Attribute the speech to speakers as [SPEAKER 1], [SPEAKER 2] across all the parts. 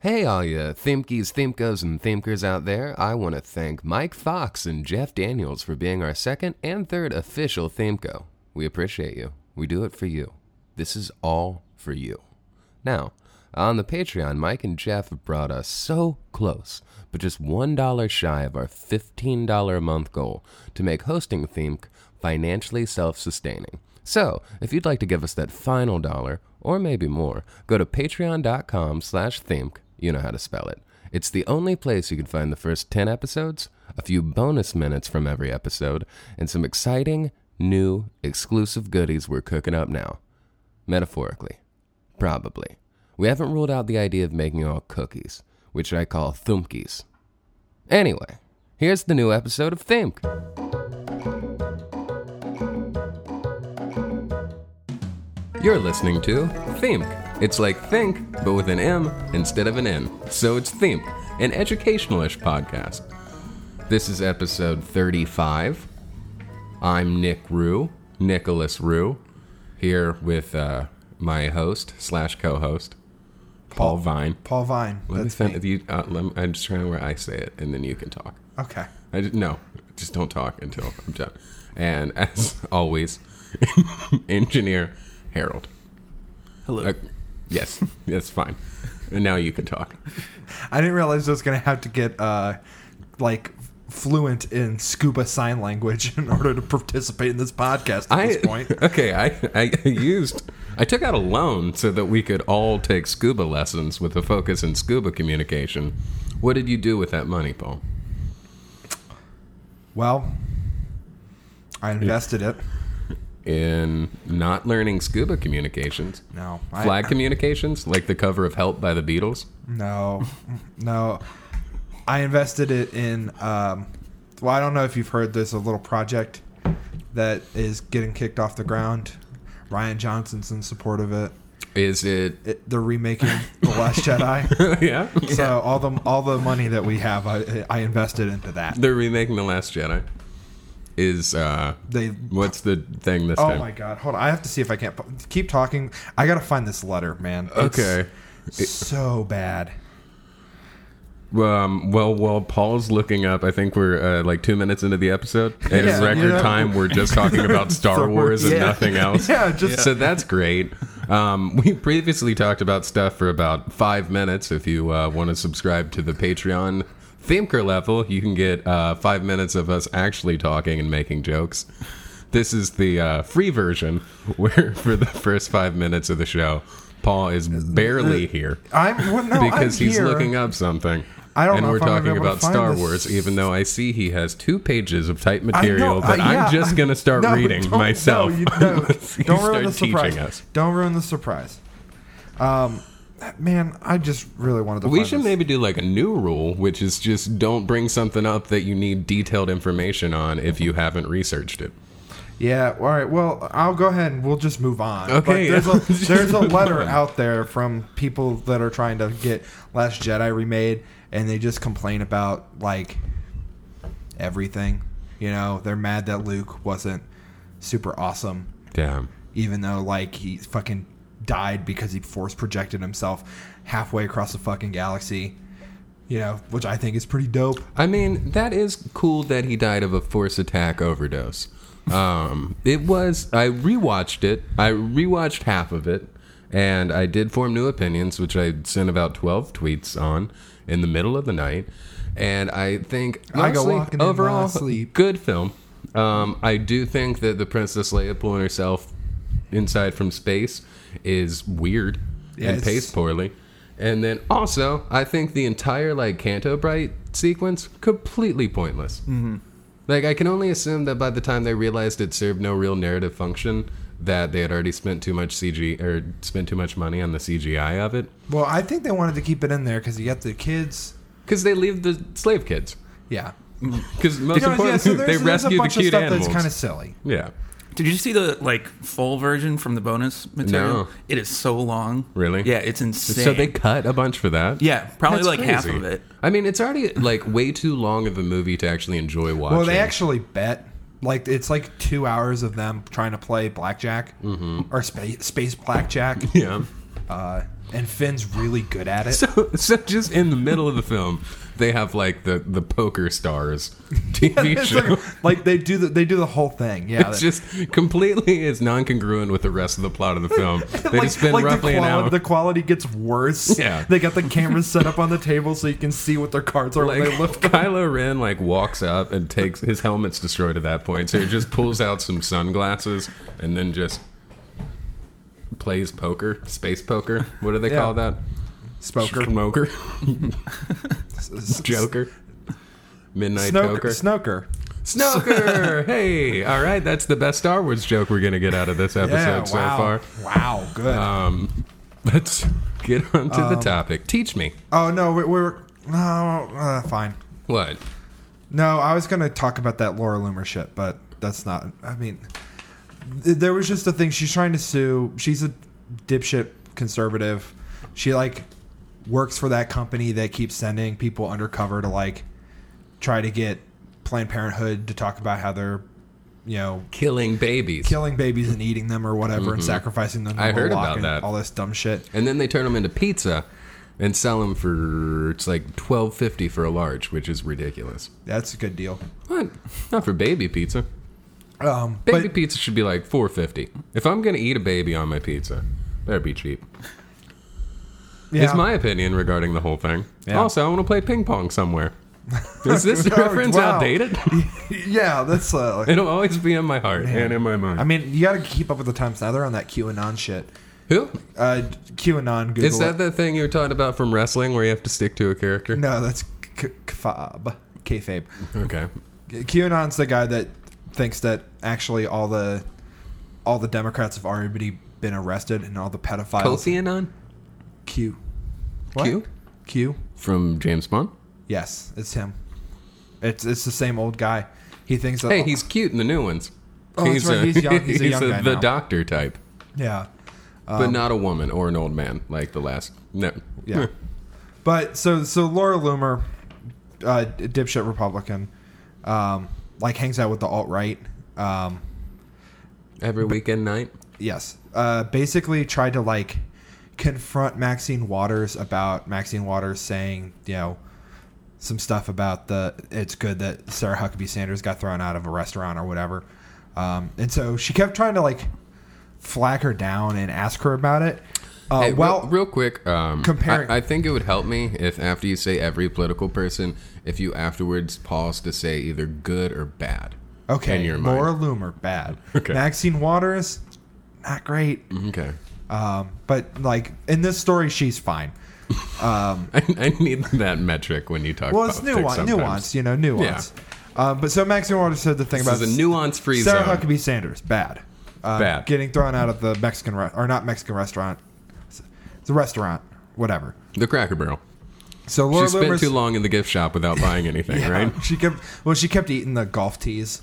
[SPEAKER 1] Hey, all you Thimkies, Thimkos, and Thimkers out there, I want to thank Mike Fox and Jeff Daniels for being our second and third official Thimko. We appreciate you. We do it for you. This is all for you. Now, on the Patreon, Mike and Jeff have brought us so close, but just $1 shy of our $15 a month goal to make hosting Themk financially self sustaining. So, if you'd like to give us that final dollar, or maybe more, go to patreon.com slash Themk. You know how to spell it. It's the only place you can find the first 10 episodes, a few bonus minutes from every episode, and some exciting, new, exclusive goodies we're cooking up now. Metaphorically. Probably. We haven't ruled out the idea of making all cookies, which I call thumkies. Anyway, here's the new episode of Thumk. You're listening to Thimk. It's like think, but with an M instead of an N. So it's Thimk, an educationalish podcast. This is episode 35. I'm Nick Rue, Nicholas Rue, here with uh, my host slash co-host, Paul Vine.
[SPEAKER 2] Paul Vine.
[SPEAKER 1] Let me
[SPEAKER 2] That's
[SPEAKER 1] fin- you, uh, let me- I'm just trying where I say it, and then you can talk.
[SPEAKER 2] okay.
[SPEAKER 1] I just, no, just don't talk until I'm done. And as always, engineer Harold.
[SPEAKER 3] Hello.
[SPEAKER 1] Uh, yes, that's fine. And now you can talk.
[SPEAKER 2] I didn't realize I was gonna have to get uh, like fluent in scuba sign language in order to participate in this podcast at
[SPEAKER 1] I,
[SPEAKER 2] this point.
[SPEAKER 1] Okay, I, I used I took out a loan so that we could all take scuba lessons with a focus in scuba communication. What did you do with that money, Paul?
[SPEAKER 2] Well, I invested it.
[SPEAKER 1] In not learning scuba communications,
[SPEAKER 2] No, I,
[SPEAKER 1] flag communications, like the cover of "Help" by the Beatles.
[SPEAKER 2] No, no. I invested it in. Um, well, I don't know if you've heard. There's a little project that is getting kicked off the ground. Ryan Johnson's in support of it.
[SPEAKER 1] Is it?
[SPEAKER 2] it they're remaking the Last Jedi.
[SPEAKER 1] yeah,
[SPEAKER 2] So all the all the money that we have, I, I invested into that.
[SPEAKER 1] they're remaking the Last Jedi. Is uh,
[SPEAKER 2] They.
[SPEAKER 1] what's the thing this
[SPEAKER 2] Oh
[SPEAKER 1] time?
[SPEAKER 2] my god! Hold on, I have to see if I can't pu- keep talking. I gotta find this letter, man. It's
[SPEAKER 1] Okay.
[SPEAKER 2] So bad.
[SPEAKER 1] Um, well, while Paul's looking up, I think we're uh, like two minutes into the episode. And
[SPEAKER 2] Yeah,
[SPEAKER 1] in record
[SPEAKER 2] yeah.
[SPEAKER 1] time, we're just talking about Star
[SPEAKER 2] Star
[SPEAKER 1] Wars
[SPEAKER 2] Wars.
[SPEAKER 1] and
[SPEAKER 2] Yeah.
[SPEAKER 1] nothing else.
[SPEAKER 2] Yeah, just-
[SPEAKER 1] so that's great. Um, we previously talked about stuff for about five minutes. If you uh, want to subscribe to the Patreon Themker level, you can get uh, five minutes of us actually talking and making jokes. This is the uh, free version where, for the first five minutes of the show, Paul is barely
[SPEAKER 2] Uh,
[SPEAKER 1] here
[SPEAKER 2] I'm well, no,
[SPEAKER 1] because
[SPEAKER 2] I'm
[SPEAKER 1] he's
[SPEAKER 2] here.
[SPEAKER 1] looking up something.
[SPEAKER 2] I don't
[SPEAKER 1] and
[SPEAKER 2] know
[SPEAKER 1] we're
[SPEAKER 2] if I'm gonna be
[SPEAKER 1] talking
[SPEAKER 2] able to
[SPEAKER 1] about
[SPEAKER 2] find
[SPEAKER 1] Star
[SPEAKER 2] this.
[SPEAKER 1] Wars, even though I see he has two pages of type
[SPEAKER 2] I know,
[SPEAKER 1] material that
[SPEAKER 2] uh, yeah,
[SPEAKER 1] I'm just
[SPEAKER 2] I-
[SPEAKER 1] going to start
[SPEAKER 2] no,
[SPEAKER 1] reading
[SPEAKER 2] don't- no,
[SPEAKER 1] myself.
[SPEAKER 2] you don't
[SPEAKER 1] unless you
[SPEAKER 2] Don't ruin
[SPEAKER 1] start
[SPEAKER 2] the
[SPEAKER 1] teaching
[SPEAKER 2] surprise.
[SPEAKER 1] us.
[SPEAKER 2] Don't ruin the surprise. Um, man, I just really wanted to.
[SPEAKER 1] We
[SPEAKER 2] find
[SPEAKER 1] should
[SPEAKER 2] this.
[SPEAKER 1] maybe do like a new rule, which is just don't bring something up that you need detailed information on if you haven't researched it.
[SPEAKER 2] Yeah. All right. Well, I'll go ahead and we'll just move on.
[SPEAKER 1] Okay.
[SPEAKER 2] But there's a, there's a
[SPEAKER 1] Move
[SPEAKER 2] letter
[SPEAKER 1] on.
[SPEAKER 2] out there from people that are trying to get Last Jedi remade, and they just complain about like everything. You know, they're mad that Luke wasn't super awesome,
[SPEAKER 1] Damn.
[SPEAKER 2] even though like he fucking died because he force projected himself halfway across the fucking galaxy. You know, which I think is pretty dope.
[SPEAKER 1] I mean, that is cool that he died of a force attack overdose. Um, it was. I rewatched it. I rewatched half of it, and I did form new opinions, which I sent about twelve tweets on in the middle of the night. And I think
[SPEAKER 2] I go
[SPEAKER 1] mostly,
[SPEAKER 2] walking in my
[SPEAKER 1] overall
[SPEAKER 2] sleep.
[SPEAKER 1] good film. Um, I do think that the Princess Leia pulling herself inside from space is weird and
[SPEAKER 2] Yes.
[SPEAKER 1] paced poorly. And then also, I think the entire like Canto Bright sequence completely pointless. Mm-hmm. Like I can only assume that by the time they realized it served no real narrative function, that they had already spent too much CG or spent too much money on the CGI of it.
[SPEAKER 2] Well, I think they wanted to keep it in there because you got the kids.
[SPEAKER 1] Because they leave the slave kids.
[SPEAKER 2] Yeah.
[SPEAKER 1] Because most
[SPEAKER 2] No, yeah,
[SPEAKER 1] importantly,
[SPEAKER 2] so
[SPEAKER 1] they
[SPEAKER 2] there's, there's a
[SPEAKER 1] rescue the
[SPEAKER 2] bunch of
[SPEAKER 1] cute
[SPEAKER 2] stuff
[SPEAKER 1] animals.
[SPEAKER 2] that's kind of silly.
[SPEAKER 1] yeah,
[SPEAKER 3] Did you see the like full version from the bonus material?
[SPEAKER 1] No.
[SPEAKER 3] It is so long.
[SPEAKER 1] Really?
[SPEAKER 3] Yeah, it's insane.
[SPEAKER 1] so they cut a bunch for that.
[SPEAKER 3] yeah, probably
[SPEAKER 1] That's
[SPEAKER 3] like half
[SPEAKER 1] crazy.
[SPEAKER 3] of it.
[SPEAKER 1] I mean, it's already like way too long of a movie to actually enjoy watching.
[SPEAKER 2] Well, they actually bet. Like it's like two hours of them trying to play blackjack or space, space blackjack.
[SPEAKER 1] Mm-hmm. yeah.
[SPEAKER 2] Uh, and Finn's really good at it.
[SPEAKER 1] So, so just in the middle of the film, they have like the the poker stars TV
[SPEAKER 2] It's
[SPEAKER 1] show.
[SPEAKER 2] like, like they do the they do the whole thing. Yeah,
[SPEAKER 1] It's
[SPEAKER 2] that-
[SPEAKER 1] just completely is non congruent with the rest of the plot of the film. They
[SPEAKER 2] like,
[SPEAKER 1] just spend
[SPEAKER 2] like
[SPEAKER 1] roughly
[SPEAKER 2] the,
[SPEAKER 1] an
[SPEAKER 2] quali-
[SPEAKER 1] hour.
[SPEAKER 2] the quality gets worse.
[SPEAKER 1] Yeah.
[SPEAKER 2] they got the cameras set up on the table so you can see what their cards are
[SPEAKER 1] like
[SPEAKER 2] when they lift. Them.
[SPEAKER 1] Kylo Ren like walks up and takes his helmet's destroyed at that point, so he just pulls out some sunglasses and then just plays poker, space poker. What do they
[SPEAKER 2] Yeah.
[SPEAKER 1] call that?
[SPEAKER 2] Spoker,
[SPEAKER 1] Smoker, Joker, Midnight Poker,
[SPEAKER 2] Snoker, Snoker.
[SPEAKER 1] Snoker. hey, all right, that's the best Star Wars joke we're gonna get out of this episode
[SPEAKER 2] Yeah,
[SPEAKER 1] so
[SPEAKER 2] wow,
[SPEAKER 1] far.
[SPEAKER 2] wow, good.
[SPEAKER 1] Um, let's get on to
[SPEAKER 2] Um,
[SPEAKER 1] the topic. Teach me
[SPEAKER 2] oh no, we, we're no, uh, fine.
[SPEAKER 1] what.
[SPEAKER 2] No, I was going to talk about that Laura Loomer shit, but that's not. I mean, th- there was just a thing. She's trying to sue. She's a dipshit conservative. She like works for that company that keeps sending people undercover to like try to get Planned Parenthood to talk about how they're, you know,
[SPEAKER 1] Killing babies.
[SPEAKER 2] killing babies and eating them or whatever and sacrificing them. to
[SPEAKER 1] Mm-hmm. I heard
[SPEAKER 2] Moloch
[SPEAKER 1] about
[SPEAKER 2] and
[SPEAKER 1] that.
[SPEAKER 2] All this dumb shit.
[SPEAKER 1] and then they turn them into pizza and sell them for it's like twelve fifty for a large, which is ridiculous.
[SPEAKER 2] That's a good deal.
[SPEAKER 1] What? Not for baby pizza.
[SPEAKER 2] Um,
[SPEAKER 1] Baby
[SPEAKER 2] but
[SPEAKER 1] pizza should be like four fifty. If I'm gonna eat a baby on my pizza, better be cheap.
[SPEAKER 2] yeah.
[SPEAKER 1] Is my opinion regarding the whole thing.
[SPEAKER 2] Yeah. Oh,
[SPEAKER 1] Also, I want to play ping pong somewhere. Is this reference
[SPEAKER 2] Wow.
[SPEAKER 1] outdated?
[SPEAKER 2] yeah, that's uh, like-
[SPEAKER 1] It'll always be in my heart and in my mind.
[SPEAKER 2] I mean, you got to keep up with the times. Now they're on that QAnon shit.
[SPEAKER 1] Who
[SPEAKER 2] Uh, QAnon. Google
[SPEAKER 1] is that?
[SPEAKER 2] it.
[SPEAKER 1] The thing you were talking about from wrestling, where you have to stick to a character?
[SPEAKER 2] No, that's k- kfab, kayfabe.
[SPEAKER 1] Okay.
[SPEAKER 2] QAnon's the guy that thinks that actually all the all the Democrats have already been arrested and all the pedophiles.
[SPEAKER 1] Kofi Annan.
[SPEAKER 2] Q. What?
[SPEAKER 1] Q?
[SPEAKER 2] Q.
[SPEAKER 1] from James Bond.
[SPEAKER 2] Yes, it's him. It's it's the same old guy. He thinks that.
[SPEAKER 1] Hey, he's cute in the new ones.
[SPEAKER 2] Oh, that's right, he's young- he's a young guy
[SPEAKER 1] the
[SPEAKER 2] now.
[SPEAKER 1] doctor type,
[SPEAKER 2] yeah,
[SPEAKER 1] but not a woman or an old man like the last. No,
[SPEAKER 2] yeah.
[SPEAKER 1] Eh.
[SPEAKER 2] But so so Laura Loomer, uh, dipshit Republican, um, like hangs out with the alt right. Um,
[SPEAKER 1] every weekend night.
[SPEAKER 2] Yes. Uh, basically, tried to like confront Maxine Waters about Maxine Waters saying, you know, some stuff about the it's good that Sarah Huckabee Sanders got thrown out of a restaurant or whatever. Um, and so she kept trying to like flag her down and ask her about it. Uh,
[SPEAKER 1] Hey,
[SPEAKER 2] well,
[SPEAKER 1] real, real quick, um,
[SPEAKER 2] comparing-
[SPEAKER 1] I, I think it would help me if after you say every political person, if you afterwards pause to say either good or bad.
[SPEAKER 2] okay,
[SPEAKER 1] in your mind.
[SPEAKER 2] Laura Loomer, bad.
[SPEAKER 1] Okay.
[SPEAKER 2] Maxine Waters, not great.
[SPEAKER 1] Okay,
[SPEAKER 2] Um, but like in this story, she's fine.
[SPEAKER 1] I, I need that metric when you talk.
[SPEAKER 2] Well, it's
[SPEAKER 1] politics
[SPEAKER 2] nuance,
[SPEAKER 1] sometimes.
[SPEAKER 2] nuance, you know, nuance. Um, but so Maxine Waters said the thing about
[SPEAKER 1] This is a nuance-free
[SPEAKER 2] Sarah
[SPEAKER 1] zone.
[SPEAKER 2] Huckabee Sanders, bad. Uh,
[SPEAKER 1] Bad.
[SPEAKER 2] Getting thrown out of the Mexican re- or not Mexican restaurant, it's a restaurant, whatever.
[SPEAKER 1] The Cracker Barrel.
[SPEAKER 2] So
[SPEAKER 1] She
[SPEAKER 2] Laura
[SPEAKER 1] spent
[SPEAKER 2] Loomer's-
[SPEAKER 1] too long in the gift shop without buying anything,
[SPEAKER 2] Yeah,
[SPEAKER 1] right?
[SPEAKER 2] She kept well, she kept eating the golf tees.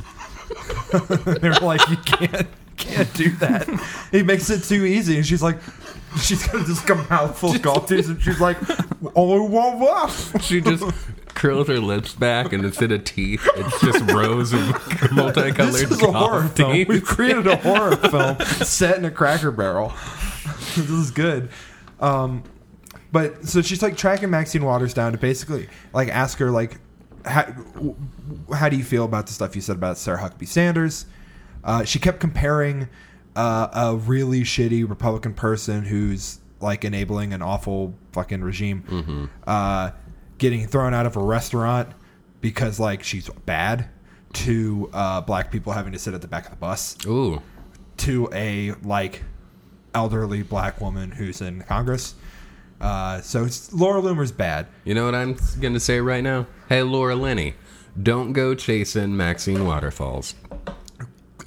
[SPEAKER 2] they were like, you can't can't do that. He makes it too easy, and she's like, she's got just a mouthful of golf tees, and she's like, oh, whoa, whoa.
[SPEAKER 1] She just curled her lips back, and instead of teeth, it's just rows of multicolored
[SPEAKER 2] This is a horror
[SPEAKER 1] golf
[SPEAKER 2] film.
[SPEAKER 1] teeth.
[SPEAKER 2] We've created a horror film set in a cracker barrel. this is good. Um, but so she's like tracking Maxine Waters down to basically like ask her like, how, w- how do you feel about the stuff you said about Sarah Huckabee Sanders? Uh, she kept comparing uh, a really shitty Republican person who's like enabling an awful fucking regime, uh, getting thrown out of a restaurant because like she's bad, to uh, black people having to sit at the back of the bus,
[SPEAKER 1] Ooh,
[SPEAKER 2] to a like elderly black woman who's in Congress. Uh, so it's, Laura Loomer's bad.
[SPEAKER 1] you know what I'm gonna say right now? Hey, Laura Lenny, don't go chasing Maxine Waterfalls.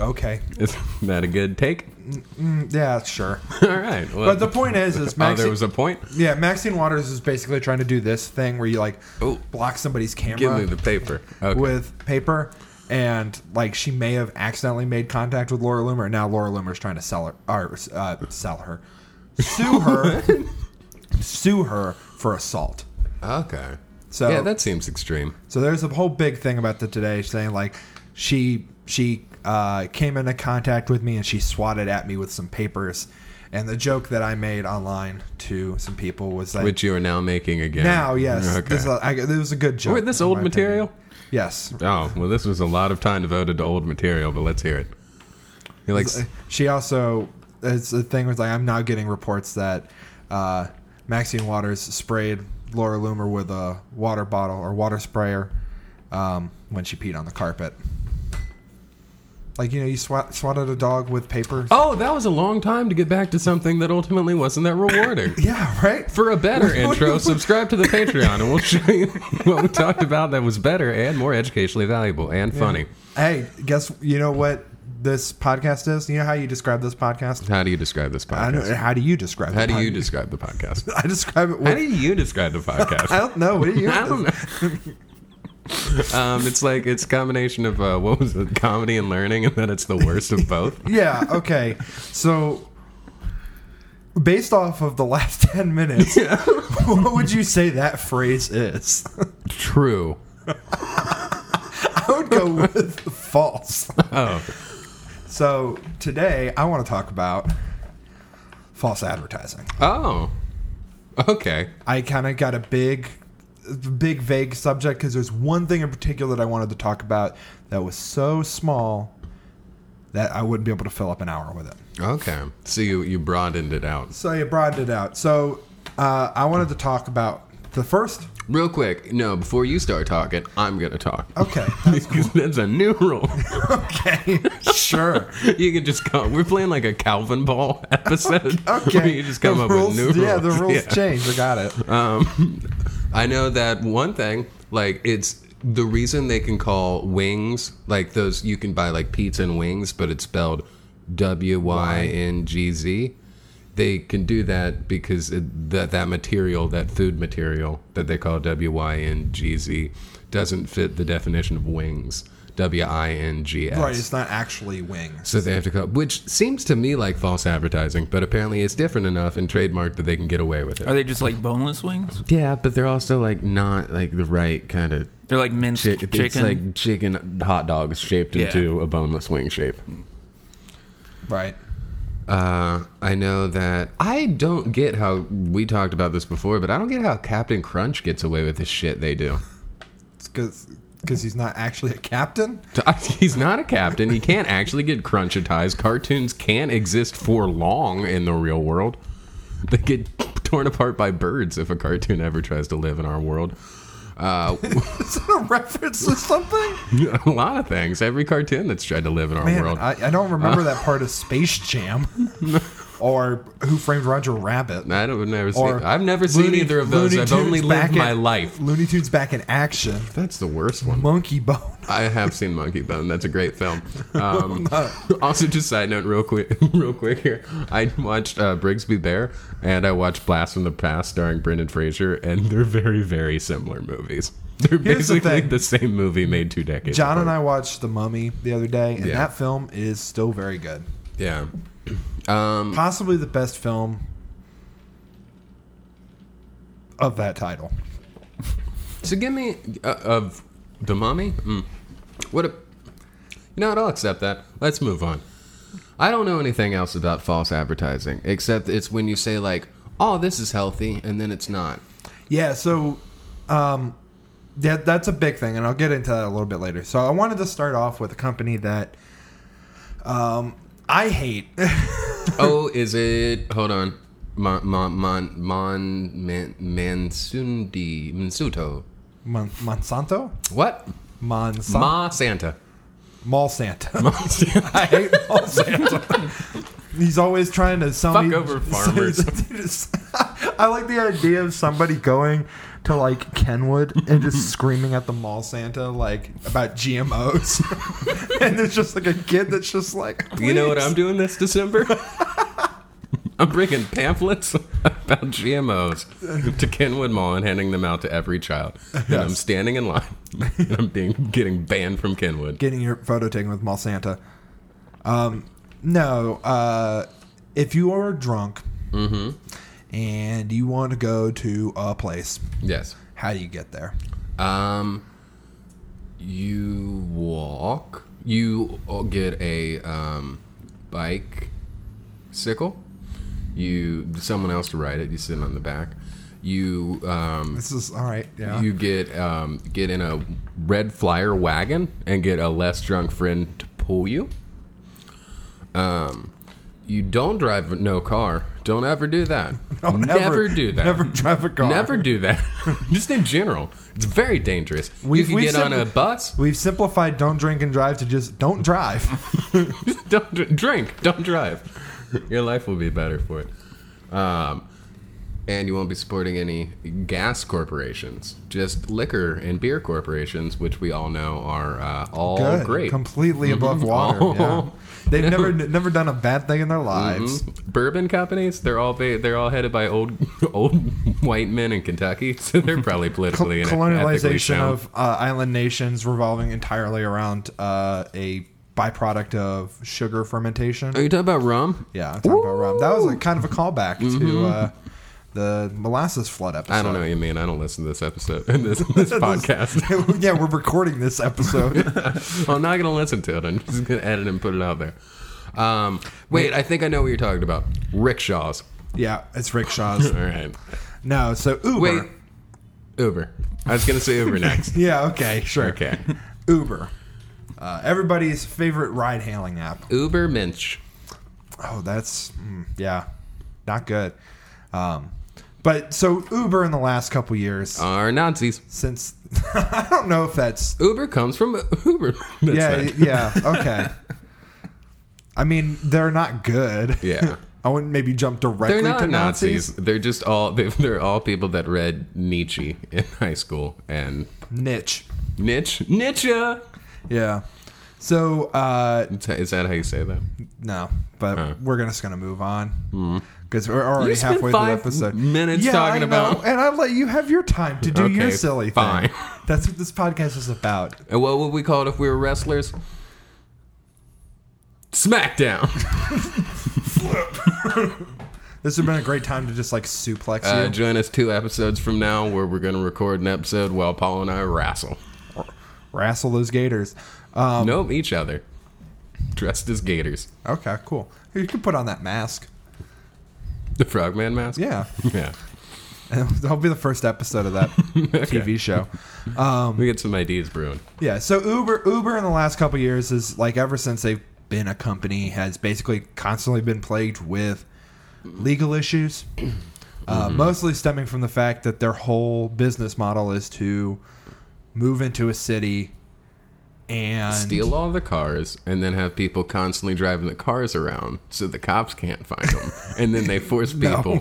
[SPEAKER 2] Okay,
[SPEAKER 1] Is that a good take?
[SPEAKER 2] yeah, sure.
[SPEAKER 1] All right. Well,
[SPEAKER 2] But the point is, is
[SPEAKER 1] oh,
[SPEAKER 2] Maxine,
[SPEAKER 1] there was a point.
[SPEAKER 2] yeah, Maxine Waters is basically trying to do this thing where you like
[SPEAKER 1] Oh.
[SPEAKER 2] block somebody's camera.
[SPEAKER 1] Give me the paper. Okay.
[SPEAKER 2] with paper and like she may have accidentally made contact with Laura Loomer. and Now Laura Loomer's trying to sell her or uh, sell her, sue her, sue her for assault.
[SPEAKER 1] okay.
[SPEAKER 2] So-
[SPEAKER 1] yeah, that seems extreme.
[SPEAKER 2] So there's a whole big thing about the today saying like she she uh, came into contact with me and she swatted at me with some papers, And the joke that I made online to some people was like,
[SPEAKER 1] Which you are now making again.
[SPEAKER 2] now, yes,
[SPEAKER 1] Okay. Oh,
[SPEAKER 2] this, is a- I- this was a good joke.
[SPEAKER 1] Wait, this
[SPEAKER 2] in
[SPEAKER 1] old
[SPEAKER 2] my opinion.
[SPEAKER 1] material?
[SPEAKER 2] Yes.
[SPEAKER 1] Oh, well, this was a lot of time devoted to old material, but let's hear it. He likes.
[SPEAKER 2] She also, it's the thing was like, I'm now getting reports that uh, Maxine Waters sprayed Laura Loomer with a water bottle or water sprayer um, when she peed on the carpet. Like, you know, you swat, swatted a dog with paper.
[SPEAKER 1] Oh, that was a long time to get back to something that ultimately wasn't that rewarding.
[SPEAKER 2] Yeah, right?
[SPEAKER 1] For a better intro, subscribe to the Patreon and we'll show you what we talked about that was better and more educationally valuable and funny.
[SPEAKER 2] Hey, guess, you know what this podcast is? You know how you describe this podcast?
[SPEAKER 1] How do you describe this
[SPEAKER 2] I don't,
[SPEAKER 1] podcast?
[SPEAKER 2] how do you describe
[SPEAKER 1] How
[SPEAKER 2] the
[SPEAKER 1] do you
[SPEAKER 2] pod-
[SPEAKER 1] describe the podcast?
[SPEAKER 2] I describe it
[SPEAKER 1] How
[SPEAKER 2] with.
[SPEAKER 1] do you describe the podcast?
[SPEAKER 2] I don't know. What do you?
[SPEAKER 1] I don't know. um, it's like it's a combination of uh, what was it, comedy and learning, and then it's the worst of both.
[SPEAKER 2] Yeah, okay. So based off of the last 10 minutes, what would you say that phrase is?
[SPEAKER 1] True.
[SPEAKER 2] I would go with false.
[SPEAKER 1] Oh,
[SPEAKER 2] So today I want to talk about false advertising.
[SPEAKER 1] oh, okay.
[SPEAKER 2] I kind of got a big big vague subject because there's one thing in particular that I wanted to talk about that was so small that I wouldn't be able to fill up an hour with it.
[SPEAKER 1] Okay. So you, you broadened it out.
[SPEAKER 2] So you broadened it out. So uh, I wanted to talk about the first.
[SPEAKER 1] Real quick, no, before you start talking, I'm going to talk.
[SPEAKER 2] Okay.
[SPEAKER 1] Because that's a new rule.
[SPEAKER 2] Oh, Okay, sure.
[SPEAKER 1] you can just come. We're playing like a Calvin Ball episode.
[SPEAKER 2] Okay,
[SPEAKER 1] Where you just come
[SPEAKER 2] The
[SPEAKER 1] up
[SPEAKER 2] rules-
[SPEAKER 1] with new
[SPEAKER 2] Yeah, the rules
[SPEAKER 1] Yeah.
[SPEAKER 2] change. I got it.
[SPEAKER 1] Um, I know that one thing, like it's the reason they can call wings like those you can buy like pizza and wings, but it's spelled W Y N G Z. They can do that because it, that that material, that food material that they call W Y N G Z, doesn't fit the definition of wings. W I N G S.
[SPEAKER 2] Right, it's not actually wings.
[SPEAKER 1] So they have to call, which seems to me like false advertising, but apparently it's different enough and trademarked that they can get away with it.
[SPEAKER 3] Are they just like boneless wings?
[SPEAKER 1] Yeah, but they're also like not like the right kind of
[SPEAKER 3] They're like minced
[SPEAKER 1] chick-
[SPEAKER 3] chicken.
[SPEAKER 1] It's like chicken hot dogs shaped
[SPEAKER 3] Yeah.
[SPEAKER 1] into a boneless wing shape.
[SPEAKER 2] Right.
[SPEAKER 1] Uh, I know that I don't get how we talked about this before, but I don't get how Captain Crunch gets away with the shit they do.
[SPEAKER 2] It's because he's not actually a captain.
[SPEAKER 1] He's not a captain. He can't actually get crunchitized. Cartoons can't exist for long in the real world. They get torn apart by birds if a cartoon ever tries to live in our world. Uh,
[SPEAKER 2] Is that a reference to something?
[SPEAKER 1] a lot of things. Every cartoon that's tried to live in our
[SPEAKER 2] Man,
[SPEAKER 1] world.
[SPEAKER 2] I, I don't remember that part of Space Jam or Who Framed Roger Rabbit.
[SPEAKER 1] I don't, I've never seen.
[SPEAKER 2] Or
[SPEAKER 1] I've never seen
[SPEAKER 2] Looney-
[SPEAKER 1] either of those.
[SPEAKER 2] Looney
[SPEAKER 1] I've only
[SPEAKER 2] Tunes
[SPEAKER 1] lived
[SPEAKER 2] back
[SPEAKER 1] my
[SPEAKER 2] in-
[SPEAKER 1] life.
[SPEAKER 2] Looney Tunes back in action.
[SPEAKER 1] That's the worst one.
[SPEAKER 2] Monkey Bone.
[SPEAKER 1] I have seen Monkey Bone. That's a great film.
[SPEAKER 2] Oh,
[SPEAKER 1] Um, also, just side note, real quick, real quick here. I watched uh, Brigsby Bear and I watched Blast from the Past starring Brendan Fraser, and they're very, very similar movies. They're
[SPEAKER 2] Here's the
[SPEAKER 1] basically
[SPEAKER 2] thing.
[SPEAKER 1] the, same movie made two decades.
[SPEAKER 2] John and
[SPEAKER 1] apart.
[SPEAKER 2] I watched The Mummy the other day, and
[SPEAKER 1] Yeah.
[SPEAKER 2] that film is still very good.
[SPEAKER 1] Yeah. Um,
[SPEAKER 2] Possibly the best film of that title.
[SPEAKER 1] so give me uh, of the Mummy. Mm. What? A, you know what? I'll accept that. Let's move on. I don't know anything else about false advertising except it's when you say like, "Oh, this is healthy," and then it's not.
[SPEAKER 2] Yeah, so um that that's a big thing and I'll get into that a little bit later. So I wanted to start off with a company that um I hate.
[SPEAKER 1] oh, is it? Hold on. Mon Mon Mon Mon Man, Mansundi Mansuto.
[SPEAKER 2] Mon- Monsanto?
[SPEAKER 1] What?
[SPEAKER 2] Monsanto?
[SPEAKER 1] Ma Santa.
[SPEAKER 2] Monsanto.
[SPEAKER 1] Ma Santa.
[SPEAKER 2] I hate Monsanto. He's always trying to sell
[SPEAKER 1] Fuck
[SPEAKER 2] me-
[SPEAKER 1] over farmers.
[SPEAKER 2] I like the idea of somebody going to like Kenwood and just screaming at the mall Santa like about GMOs, and there's just like a kid that's just like,
[SPEAKER 1] You know what
[SPEAKER 2] "Please."
[SPEAKER 1] I'm doing this December? I'm bringing pamphlets about GMOs to Kenwood Mall and handing them out to every child. And I'm
[SPEAKER 2] Yes.
[SPEAKER 1] standing in line. And I'm being getting banned from Kenwood.
[SPEAKER 2] getting your photo taken with Mall Santa. Um, no, uh, if you are drunk
[SPEAKER 1] Mm-hmm.
[SPEAKER 2] and you want to go to a place,
[SPEAKER 1] Yes.
[SPEAKER 2] how do you get there?
[SPEAKER 1] Um, you walk. You get a um, bike, sickle, You someone else to write it. You sit on the back. You um,
[SPEAKER 2] This is all right. Yeah.
[SPEAKER 1] you get um, get in a red flyer wagon and get a less drunk friend to pull you. Um, you don't drive no car. Don't ever do that.
[SPEAKER 2] Don't
[SPEAKER 1] never
[SPEAKER 2] ever-
[SPEAKER 1] do that.
[SPEAKER 2] Never drive a car.
[SPEAKER 1] Never do that. Just in general, it's very dangerous.
[SPEAKER 2] We've-
[SPEAKER 1] you can
[SPEAKER 2] we've
[SPEAKER 1] get on
[SPEAKER 2] said-
[SPEAKER 1] a bus.
[SPEAKER 2] We've simplified don't drink and drive to just don't drive.
[SPEAKER 1] Oh, don't dr- drink. Don't drive. Your life will be better for it. Um, and you won't be supporting any gas corporations, just liquor and beer corporations, which we all know are uh, all
[SPEAKER 2] Good.
[SPEAKER 1] great.
[SPEAKER 2] Completely above water.
[SPEAKER 1] Oh.
[SPEAKER 2] Yeah. They've never never done a bad thing in their lives.
[SPEAKER 1] Mhm. Bourbon companies, they're all ba- they're all headed by old old white men in Kentucky, so they're probably
[SPEAKER 2] Col-
[SPEAKER 1] politically and ethically
[SPEAKER 2] colonialization
[SPEAKER 1] sound.
[SPEAKER 2] of uh, island nations revolving entirely around uh, a byproduct of sugar fermentation.
[SPEAKER 1] Are you talking about rum?
[SPEAKER 2] Yeah, I'm talking about rum. That was a kind of a callback to uh, the molasses flood episode.
[SPEAKER 1] Mm-hmm. I don't know what you mean. I don't listen to this episode, this, this podcast.
[SPEAKER 2] yeah, we're recording this episode.
[SPEAKER 1] I'm not gonna listen to it. I'm just gonna edit and put it out there. Um, wait, I think I know what you're talking about. Rickshaws.
[SPEAKER 2] yeah, it's rickshaws.
[SPEAKER 1] All right.
[SPEAKER 2] No, so Uber.
[SPEAKER 1] Wait. Uber. I was gonna say Uber next.
[SPEAKER 2] Yeah, okay, sure.
[SPEAKER 1] Okay.
[SPEAKER 2] Uber. Uh, everybody's favorite ride hailing app.
[SPEAKER 1] Uber Minch.
[SPEAKER 2] Oh, that's mm, yeah, not good. Um, but so Uber in the last couple years
[SPEAKER 1] Are Nazis.
[SPEAKER 2] since I don't know if that's
[SPEAKER 1] Uber comes from Uber. That's
[SPEAKER 2] yeah
[SPEAKER 1] right.
[SPEAKER 2] yeah okay. I mean, they're not good.
[SPEAKER 1] Yeah.
[SPEAKER 2] I wouldn't maybe jump directly
[SPEAKER 1] They're
[SPEAKER 2] to
[SPEAKER 1] not
[SPEAKER 2] Nazis.
[SPEAKER 1] Nazis. They're just all they- they're all people that read Nietzsche in high school and
[SPEAKER 2] Niche.
[SPEAKER 1] Nietzsche. Nietzsche.
[SPEAKER 2] Yeah. So uh,
[SPEAKER 1] Is that- Is that how you say that?
[SPEAKER 2] no, but we're gonna- just gonna move on because we're already
[SPEAKER 1] You spent
[SPEAKER 2] halfway
[SPEAKER 1] five
[SPEAKER 2] through the episode.
[SPEAKER 1] Hmm. minutes talking
[SPEAKER 2] I know,
[SPEAKER 1] about-
[SPEAKER 2] and I let you have your time to do your
[SPEAKER 1] Okay,
[SPEAKER 2] silly thing.
[SPEAKER 1] fine.
[SPEAKER 2] That's what this podcast is about.
[SPEAKER 1] And what would we call it if we were wrestlers? Smackdown. Uh,
[SPEAKER 2] This would have been a great time to just like suplex
[SPEAKER 1] Uh,
[SPEAKER 2] you.
[SPEAKER 1] join us two episodes from now where we're going to record an episode while Paul and I wrestle.
[SPEAKER 2] Wrestle those gators. Um,
[SPEAKER 1] nope, each other. Dressed as gators.
[SPEAKER 2] okay, cool. You can put on that mask.
[SPEAKER 1] The frogman mask?
[SPEAKER 2] Yeah.
[SPEAKER 1] Yeah.
[SPEAKER 2] That'll be the first episode of that TV show. Um,
[SPEAKER 1] We get some ideas brewing.
[SPEAKER 2] Yeah, so Uber Uber in the last couple years is like ever since they've been a company has basically constantly been plagued with legal issues, uh,
[SPEAKER 1] Mm-hmm.
[SPEAKER 2] mostly stemming from the fact that their whole business model is to move into a city and
[SPEAKER 1] Steal all the cars and then have people constantly driving the cars around so the cops can't find them. and then they force people.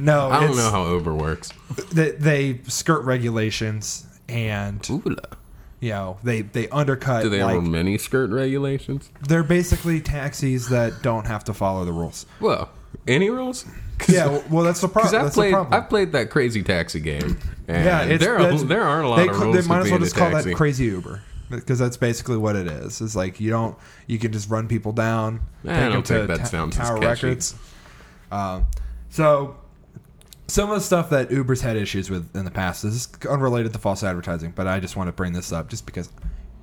[SPEAKER 2] No,
[SPEAKER 1] I don't
[SPEAKER 2] it's-
[SPEAKER 1] know how Uber works.
[SPEAKER 2] They, they skirt regulations and
[SPEAKER 1] Ooh-la.
[SPEAKER 2] you know they they undercut.
[SPEAKER 1] Do they
[SPEAKER 2] like,
[SPEAKER 1] have mini skirt regulations?
[SPEAKER 2] they're basically taxis that don't have to follow the rules.
[SPEAKER 1] Well, any rules? 'Cause-
[SPEAKER 2] Yeah, well that's the problem.
[SPEAKER 1] Because I
[SPEAKER 2] That's the
[SPEAKER 1] played,
[SPEAKER 2] problem.
[SPEAKER 1] I played that crazy taxi game. And
[SPEAKER 2] Yeah, it's,
[SPEAKER 1] there are
[SPEAKER 2] that's-
[SPEAKER 1] there aren't a lot
[SPEAKER 2] they
[SPEAKER 1] of
[SPEAKER 2] cou-
[SPEAKER 1] rules.
[SPEAKER 2] They might
[SPEAKER 1] to
[SPEAKER 2] as well
[SPEAKER 1] being a
[SPEAKER 2] just call
[SPEAKER 1] taxi.
[SPEAKER 2] that crazy Uber because that's basically what it is. It's like you don't you can just run people down.
[SPEAKER 1] I
[SPEAKER 2] take
[SPEAKER 1] don't
[SPEAKER 2] 'em
[SPEAKER 1] think that sounds as catchy.
[SPEAKER 2] Um, so some of the stuff that Uber's had issues with in the past this is unrelated to false advertising, but I just want to bring this up just because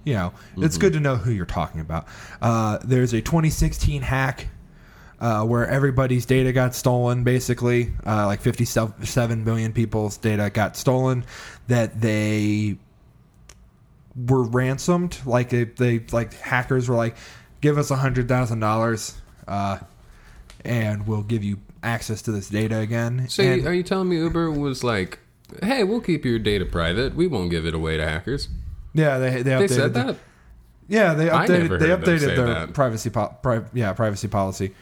[SPEAKER 2] you know
[SPEAKER 1] Mm-hmm.
[SPEAKER 2] it's good to know who you're talking about. Uh, there's a 2016 hack. Uh, where everybody's data got stolen, basically, uh, like 57 million people's data got stolen, that they were ransomed. Like they, they like hackers were like, give us a hundred thousand dollars, uh, and we'll give you access to this data again.
[SPEAKER 1] So
[SPEAKER 2] And-
[SPEAKER 1] you, uh, are you telling me Uber was like, "Hey, we'll keep your data private. We won't give it away to hackers."
[SPEAKER 2] yeah, they they,
[SPEAKER 1] They
[SPEAKER 2] updated
[SPEAKER 1] said
[SPEAKER 2] the-
[SPEAKER 1] that.
[SPEAKER 2] yeah, they
[SPEAKER 1] I never
[SPEAKER 2] updated they
[SPEAKER 1] heard them say
[SPEAKER 2] updated their
[SPEAKER 1] that.
[SPEAKER 2] privacy po- pri- yeah privacy policy.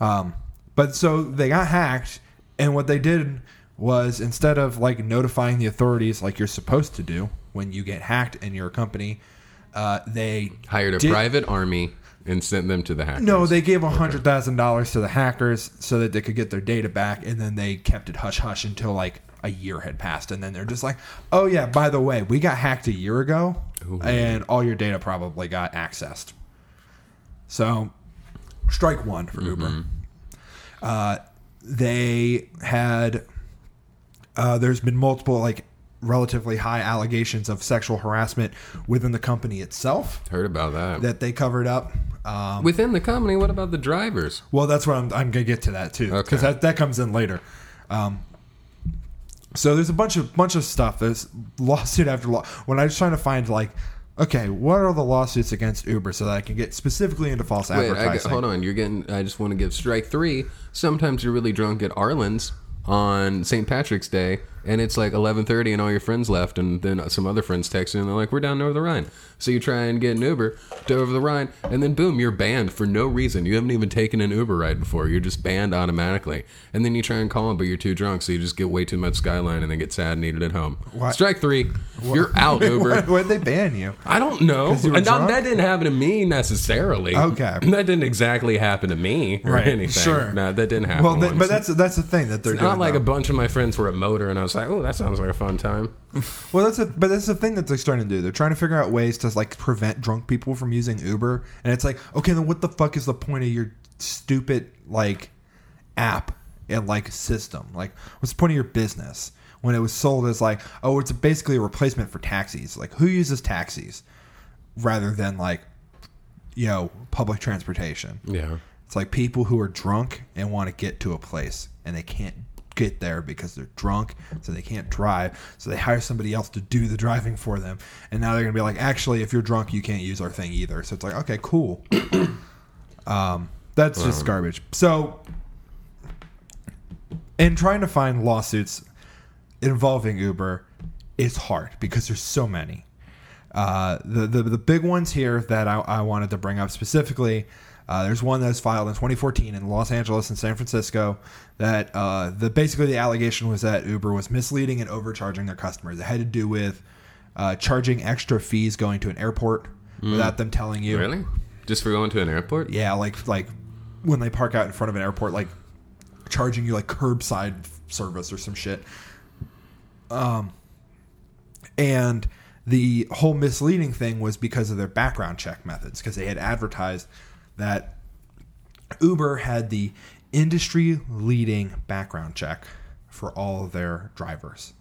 [SPEAKER 2] Um, but so they got hacked, and what they did was instead of like notifying the authorities like you're supposed to do when you get hacked in your company, uh, they
[SPEAKER 1] Hired a
[SPEAKER 2] Did-
[SPEAKER 1] private army and sent them to the hackers.
[SPEAKER 2] No, they gave hundred thousand dollars to the hackers so that they could get their data back, and then they kept it hush hush until like a year had passed, and then they're just like, "Oh yeah, by the way, we got hacked a year ago, and all your data probably got accessed." So, strike one for Uber. Uh, they had uh, there's been multiple like relatively high allegations of sexual harassment within the company itself
[SPEAKER 1] Heard about that.
[SPEAKER 2] that they covered up. Um,
[SPEAKER 1] Within the company, what about the drivers?
[SPEAKER 2] well, that's what I'm, I'm going to get to that too, because
[SPEAKER 1] Okay.
[SPEAKER 2] that, that comes in later. Um, so there's a bunch of bunch of stuff. There's lawsuit after law. When I was trying to find like, okay, what are the lawsuits against Uber so that I can get specifically into false
[SPEAKER 1] Wait, I,
[SPEAKER 2] advertising?
[SPEAKER 1] get- hold on. You're getting. I just want to give strike three. Sometimes you're really drunk at Arlen's on St. Patrick's Day, and it's like 11:30, and all your friends left, and then some other friends text you, and they're like, "We're down over the Rhine." So you try and get an Uber to over the Rhine, and then boom, you're banned for no reason. You haven't even taken an Uber ride before. You're just banned automatically. And then you try and call them, but you're too drunk, so you just get way too much Skyline, and then get sad and eat it at home.
[SPEAKER 2] Why-
[SPEAKER 1] Strike three. You're out, Uber.
[SPEAKER 2] Why would they ban you?
[SPEAKER 1] I don't know.
[SPEAKER 2] you were
[SPEAKER 1] And not-
[SPEAKER 2] drunk?
[SPEAKER 1] that didn't happen to me necessarily.
[SPEAKER 2] Okay.
[SPEAKER 1] That didn't exactly happen to me or
[SPEAKER 2] Right,
[SPEAKER 1] anything.
[SPEAKER 2] sure.
[SPEAKER 1] No, that didn't happen.
[SPEAKER 2] Well, th-
[SPEAKER 1] once.
[SPEAKER 2] but that's that's the thing that they're
[SPEAKER 1] not
[SPEAKER 2] doing.
[SPEAKER 1] like
[SPEAKER 2] though.
[SPEAKER 1] a bunch of my friends were at motor, and I was like, "Oh, that sounds like a fun time."
[SPEAKER 2] Well, that's a, but that's the thing that they're starting to do. They're trying to figure out ways to like prevent drunk people from using Uber, and it's like, okay, then what the fuck is the point of your stupid like app and like system? Like, what's the point of your business when it was sold as like, oh, it's basically a replacement for taxis? Like, who uses taxis rather than like, you know, public transportation?
[SPEAKER 1] Yeah.
[SPEAKER 2] It's like people who are drunk and want to get to a place and they can't get there because they're drunk, so they can't drive. So they hire somebody else to do the driving for them. And now they're going to be like, actually, if you're drunk, you can't use our thing either. So it's like, okay, cool. um, that's just garbage. So, in trying to find lawsuits involving Uber, it's hard because there's so many. Uh, the, the the big ones here that I, I wanted to bring up specifically. Uh, there's one that was filed in 2014 in Los Angeles and San Francisco that uh, the basically the allegation was that Uber was misleading and overcharging their customers. It had to do with uh, charging extra fees going to an airport without them telling you.
[SPEAKER 1] Really? Just for going to an airport?
[SPEAKER 2] Yeah, like like when they park out in front of an airport, like charging you like curbside service or some shit. Um, and the whole misleading thing was because of their background check methods, because they had advertised that Uber had the industry leading background check for all of their drivers,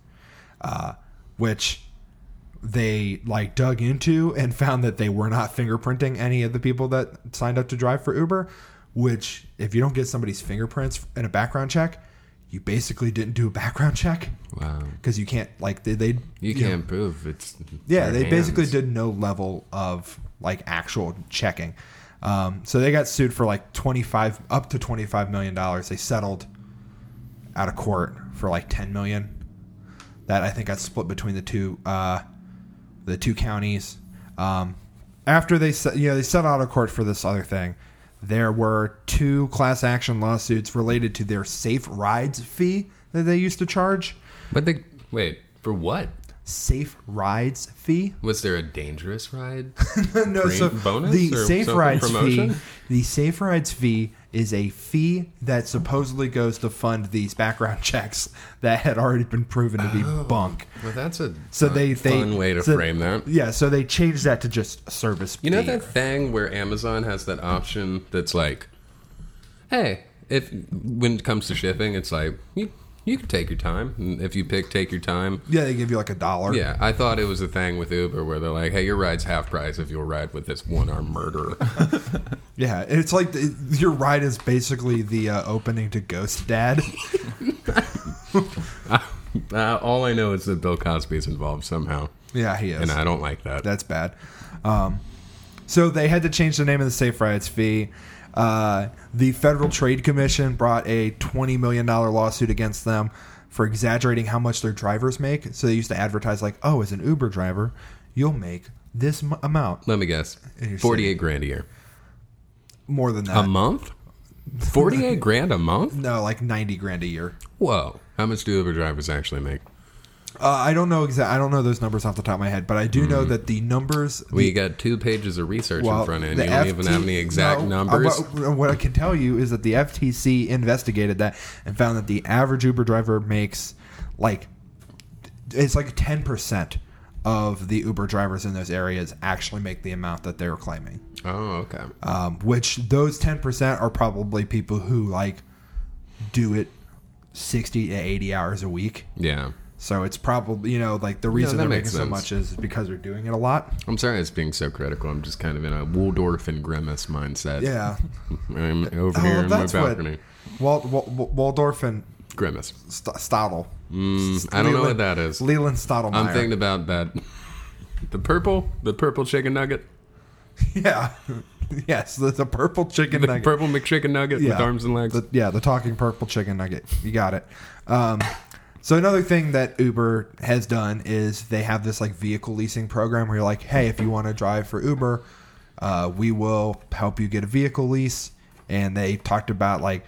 [SPEAKER 2] uh, which they like dug into and found that they were not fingerprinting any of the people that signed up to drive for Uber. Which, if you don't get somebody's fingerprints in a background check, you basically didn't do a background check
[SPEAKER 1] Wow.
[SPEAKER 2] because you can't like they, they
[SPEAKER 1] You
[SPEAKER 2] know,
[SPEAKER 1] can't prove it's.
[SPEAKER 2] yeah,
[SPEAKER 1] their
[SPEAKER 2] they basically
[SPEAKER 1] hands.
[SPEAKER 2] did no level of like actual checking. Um, so they got sued for like twenty five up to twenty five million dollars. They settled out of court for like ten million. That I think got split between the two uh, the two counties. Um, after they se- you know they settled out of court for this other thing, there were two class action lawsuits related to their safe rides fee that they used to charge.
[SPEAKER 1] But they wait for what?
[SPEAKER 2] Safe rides fee.
[SPEAKER 1] Was there a dangerous ride?
[SPEAKER 2] no,
[SPEAKER 1] Green
[SPEAKER 2] so
[SPEAKER 1] bonus
[SPEAKER 2] the
[SPEAKER 1] or
[SPEAKER 2] safe
[SPEAKER 1] something?
[SPEAKER 2] rides
[SPEAKER 1] Promotion?
[SPEAKER 2] fee. The safe rides fee is a fee that supposedly goes to fund these background checks that had already been proven to be bunk.
[SPEAKER 1] well, that's a
[SPEAKER 2] So
[SPEAKER 1] Oh. fun,
[SPEAKER 2] they, they
[SPEAKER 1] fun way to
[SPEAKER 2] so-
[SPEAKER 1] frame that.
[SPEAKER 2] Yeah, so they changed that to just service.
[SPEAKER 1] You know
[SPEAKER 2] fee.
[SPEAKER 1] that thing where Amazon has that option that's like, hey, if when it comes to shipping, it's like you you can take your time. And If you pick take your time.
[SPEAKER 2] Yeah, they give you like a dollar.
[SPEAKER 1] Yeah, I thought it was a thing with Uber where they're like, "Hey, your ride's half price if you'll ride with this one-armed murderer."
[SPEAKER 2] Yeah, and it's like the, your ride is basically the uh, opening to Ghost Dad.
[SPEAKER 1] uh, all I know is that Bill Cosby's involved somehow,
[SPEAKER 2] yeah, he is.
[SPEAKER 1] and I don't like that.
[SPEAKER 2] That's bad. Um, so they had to change the name of the safe rides fee. Uh, the Federal Trade Commission brought a twenty million dollar lawsuit against them for exaggerating how much their drivers make. So they used to advertise like, "Oh, as an Uber driver, you'll make this m- amount."
[SPEAKER 1] Let me guess,
[SPEAKER 2] You're
[SPEAKER 1] forty-eight grand a year,
[SPEAKER 2] More than that,
[SPEAKER 1] a month, forty-eight grand a month.
[SPEAKER 2] no, like ninety grand a year.
[SPEAKER 1] Whoa, how much do Uber drivers actually make?
[SPEAKER 2] Uh, I don't know exact. I don't know those numbers off the top of my head, but I do know that the numbers.
[SPEAKER 1] Well, you got two pages of research in front of you.
[SPEAKER 2] the
[SPEAKER 1] You don't even have
[SPEAKER 2] FT
[SPEAKER 1] any exact
[SPEAKER 2] no,
[SPEAKER 1] numbers.
[SPEAKER 2] uh, what- what I can tell you is that the FTC investigated that and found that the average Uber driver makes like it's like ten percent of the Uber drivers in those areas actually make the amount that they were claiming.
[SPEAKER 1] Oh, okay.
[SPEAKER 2] Um, which those ten percent are probably people who like do it sixty to eighty hours a week.
[SPEAKER 1] Yeah.
[SPEAKER 2] So it's probably you know like the reason
[SPEAKER 1] that
[SPEAKER 2] they're making
[SPEAKER 1] makes
[SPEAKER 2] so
[SPEAKER 1] sense.
[SPEAKER 2] much is because they're doing it a lot.
[SPEAKER 1] I'm sorry it's being so critical. I'm just kind of in a Waldorf and Grimace mindset.
[SPEAKER 2] Yeah,
[SPEAKER 1] I'm over
[SPEAKER 2] Oh,
[SPEAKER 1] here in my
[SPEAKER 2] that's what-
[SPEAKER 1] balcony.
[SPEAKER 2] Wal- Wal- Wal- Waldorf and
[SPEAKER 1] Grimace.
[SPEAKER 2] St- Stottle.
[SPEAKER 1] Mm, I don't know what that is.
[SPEAKER 2] Leland Stottlemyre.
[SPEAKER 1] I'm thinking about that. The purple, the purple chicken nugget,
[SPEAKER 2] Yeah. yes, the, the purple chicken
[SPEAKER 1] the
[SPEAKER 2] nugget.
[SPEAKER 1] purple McChicken nugget
[SPEAKER 2] yeah.
[SPEAKER 1] with arms and legs.
[SPEAKER 2] The- yeah, the talking purple chicken nugget. You got it. Um, so another thing that Uber has done is they have this like vehicle leasing program where you're like, hey, if you want to drive for Uber, uh, we will help you get a vehicle lease. And they talked about like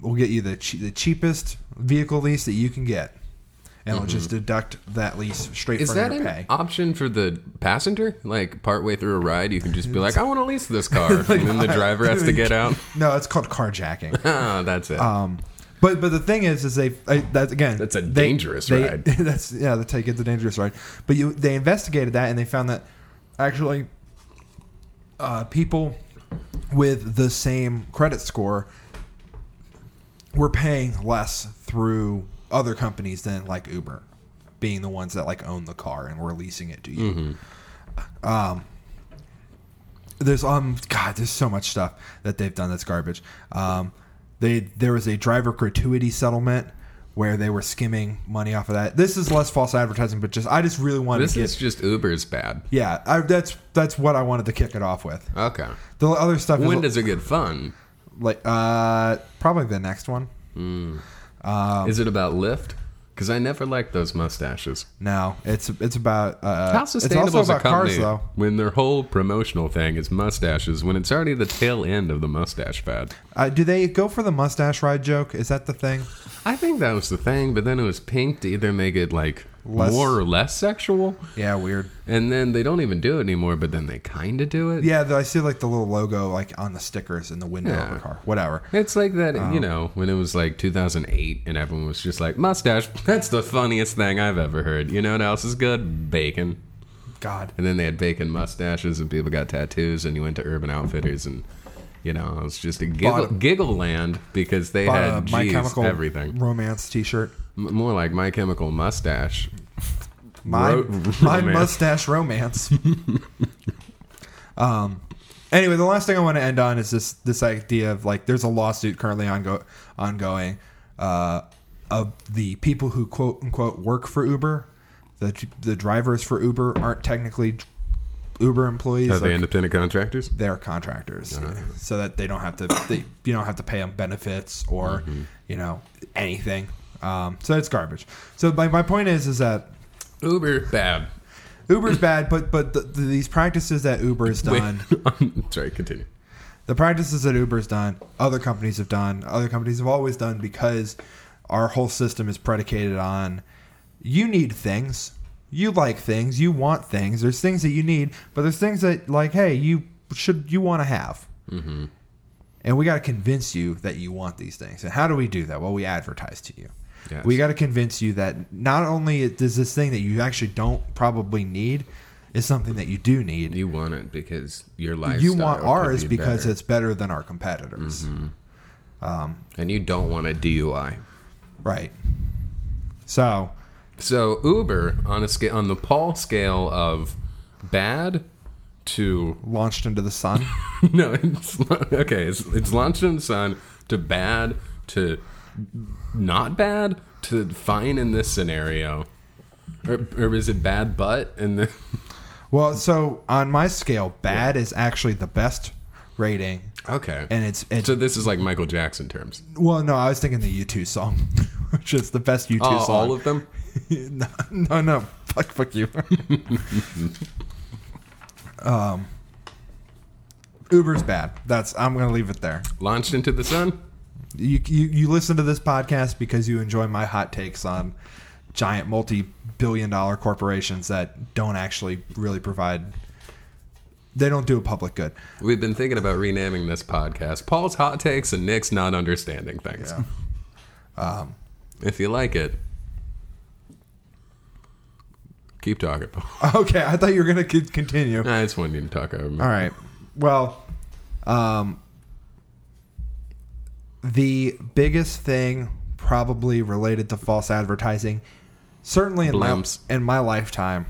[SPEAKER 2] we'll get you the che- the cheapest vehicle lease that you can get, and
[SPEAKER 1] Mm-hmm.
[SPEAKER 2] we'll just deduct that lease straight
[SPEAKER 1] Is
[SPEAKER 2] from
[SPEAKER 1] that
[SPEAKER 2] your
[SPEAKER 1] an
[SPEAKER 2] pay.
[SPEAKER 1] option for the passenger? Like partway through a ride, you can just be like, "I want to lease this car," and then the driver has to get out.
[SPEAKER 2] No, it's called carjacking.
[SPEAKER 1] Ah, that's it.
[SPEAKER 2] Um, but but the thing is, is they I- that again.
[SPEAKER 1] That's a
[SPEAKER 2] they-
[SPEAKER 1] dangerous
[SPEAKER 2] they-
[SPEAKER 1] ride.
[SPEAKER 2] That's yeah, the take it's a dangerous ride. But you they investigated that and they found that actually uh, people with the same credit score were paying less through other companies than like Uber, being the ones that like own the car and were leasing it to you. Um,
[SPEAKER 1] Mm-hmm.
[SPEAKER 2] there's um God, there's so much stuff that they've done that's garbage. Um, they there was a driver gratuity settlement where they were skimming money off of that. This is less false advertising, but just I just really wanted
[SPEAKER 1] this
[SPEAKER 2] to get
[SPEAKER 1] is just Uber's bad.
[SPEAKER 2] yeah. I, that's that's what I wanted to kick it off with.
[SPEAKER 1] Okay.
[SPEAKER 2] The other stuff is
[SPEAKER 1] When does it get fun?
[SPEAKER 2] like uh probably the next one. um,
[SPEAKER 1] is it about Lyft? Because I never liked those mustaches.
[SPEAKER 2] No, it's it's about uh,
[SPEAKER 1] How
[SPEAKER 2] it's
[SPEAKER 1] sustainable
[SPEAKER 2] also
[SPEAKER 1] is a
[SPEAKER 2] about
[SPEAKER 1] company
[SPEAKER 2] cars though.
[SPEAKER 1] when their whole promotional thing is mustaches when it's already the tail end of the mustache fad?
[SPEAKER 2] Uh, do they go for the mustache ride joke? Is that the thing?
[SPEAKER 1] I think that was the thing, but then it was pink to either make it like
[SPEAKER 2] Less-
[SPEAKER 1] more or less sexual,
[SPEAKER 2] Yeah, weird.
[SPEAKER 1] and then they don't even do it anymore. But then they kind of do it.
[SPEAKER 2] Yeah, though I see like the little logo like on the stickers in the window of
[SPEAKER 1] Yeah.
[SPEAKER 2] the car. Whatever.
[SPEAKER 1] It's like that,
[SPEAKER 2] Oh.
[SPEAKER 1] you know, when it was like 2008 and everyone was just like, mustache, that's the funniest thing I've ever heard. You know what else is good? Bacon.
[SPEAKER 2] God.
[SPEAKER 1] And then they had bacon mustaches and people got tattoos and you went to Urban Outfitters and, you know, it was just a giggle,
[SPEAKER 2] Bought a-
[SPEAKER 1] giggle land because they
[SPEAKER 2] Bought
[SPEAKER 1] had,
[SPEAKER 2] a My
[SPEAKER 1] geez,
[SPEAKER 2] Chemical
[SPEAKER 1] everything.
[SPEAKER 2] Romance T-shirt.
[SPEAKER 1] M- more like My Chemical Mustache.
[SPEAKER 2] My
[SPEAKER 1] Ro-
[SPEAKER 2] my
[SPEAKER 1] romance.
[SPEAKER 2] mustache romance. um. Anyway, the last thing I want to end on is this this idea of like there's a lawsuit currently ongo- ongoing uh, of the people who quote unquote work for Uber, the the drivers for Uber aren't technically Uber employees.
[SPEAKER 1] Are they
[SPEAKER 2] like,
[SPEAKER 1] independent contractors?
[SPEAKER 2] they're contractors, so that they don't have to they, you don't have to pay them benefits or
[SPEAKER 1] Mm-hmm.
[SPEAKER 2] you know anything. Um, so it's garbage. So my, my point is is that
[SPEAKER 1] Uber, bad.
[SPEAKER 2] Uber's bad, but but the, the, these practices that Uber has done,
[SPEAKER 1] Sorry, continue.
[SPEAKER 2] the practices that Uber's done, other companies have done, other companies have always done because our whole system is predicated on you need things, you like things, you want things. There's things that you need, but there's things that like hey, you should you want to have. And we got to convince you that you want these things. And how do we do that? Well, we advertise to you.
[SPEAKER 1] Yes.
[SPEAKER 2] We got to convince you that not only is this thing that you actually don't probably need, is something that you do need.
[SPEAKER 1] You want it because your lifestyle.
[SPEAKER 2] You want
[SPEAKER 1] could
[SPEAKER 2] ours
[SPEAKER 1] be
[SPEAKER 2] because
[SPEAKER 1] better. Mm-hmm.
[SPEAKER 2] it's better than our competitors.
[SPEAKER 1] And you don't want a DUI.
[SPEAKER 2] Right. So,
[SPEAKER 1] So Uber on a scale on the Paul scale of bad to
[SPEAKER 2] launched into the sun.
[SPEAKER 1] no, it's okay. It's, it's launched in the sun to bad to not bad to fine in this scenario, or, or is it bad but and then
[SPEAKER 2] well, so on my scale, bad is actually the best rating.
[SPEAKER 1] okay.
[SPEAKER 2] And it's, it's
[SPEAKER 1] so this is like Michael Jackson terms.
[SPEAKER 2] well, no, I was thinking the U2 song, which is the best U2
[SPEAKER 1] Oh,
[SPEAKER 2] song.
[SPEAKER 1] all of them.
[SPEAKER 2] no, no, no. Fuck, fuck you. um, Uber's bad. That's. I'm gonna leave it there.
[SPEAKER 1] Launched into the sun.
[SPEAKER 2] You, you you listen to this podcast because you enjoy my hot takes on giant multi-billion-dollar corporations that don't actually really provide. They don't do a public good.
[SPEAKER 1] We've been thinking about renaming this podcast Paul's Hot Takes and Nick's Not Understanding Things.
[SPEAKER 2] Yeah.
[SPEAKER 1] Um, If you like it, keep talking, Paul.
[SPEAKER 2] Okay, I thought you were gonna con- continue.
[SPEAKER 1] I just wanted you to talk over me.
[SPEAKER 2] All right. Well, um, the biggest thing probably related to false advertising certainly in my,
[SPEAKER 1] Blimps.
[SPEAKER 2] in my lifetime,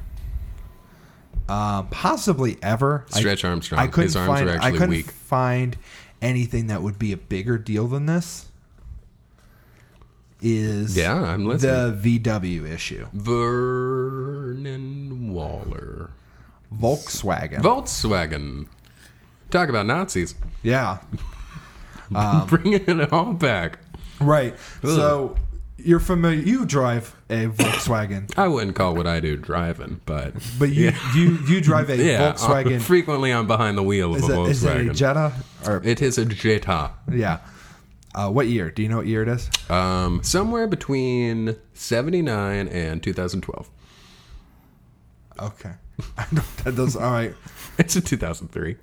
[SPEAKER 2] um, possibly ever. I-
[SPEAKER 1] Stretch Armstrong.
[SPEAKER 2] I couldn't
[SPEAKER 1] His arms
[SPEAKER 2] find.
[SPEAKER 1] are
[SPEAKER 2] I
[SPEAKER 1] actually
[SPEAKER 2] couldn't
[SPEAKER 1] weak.
[SPEAKER 2] find anything that would be a bigger deal than this. Is
[SPEAKER 1] Yeah, I'm
[SPEAKER 2] the
[SPEAKER 1] listening.
[SPEAKER 2] VW issue
[SPEAKER 1] Vernon Waller.
[SPEAKER 2] Volkswagen?
[SPEAKER 1] Volkswagen. Talk about Nazis.
[SPEAKER 2] yeah, Um,
[SPEAKER 1] Bringing it all back.
[SPEAKER 2] right. So you're familiar. You drive a Volkswagen,
[SPEAKER 1] I wouldn't call what I do driving, but
[SPEAKER 2] but you you you drive a
[SPEAKER 1] yeah,
[SPEAKER 2] Volkswagen.
[SPEAKER 1] frequently I'm behind the wheel of
[SPEAKER 2] Is
[SPEAKER 1] a
[SPEAKER 2] it,
[SPEAKER 1] Volkswagen.
[SPEAKER 2] is it a Jetta or
[SPEAKER 1] it is a Jetta.
[SPEAKER 2] yeah? Uh, what year? Do you know what year it is?
[SPEAKER 1] Um, somewhere between 79 and 2012.
[SPEAKER 2] Okay, I don't, that does all right.
[SPEAKER 1] It's a 2003.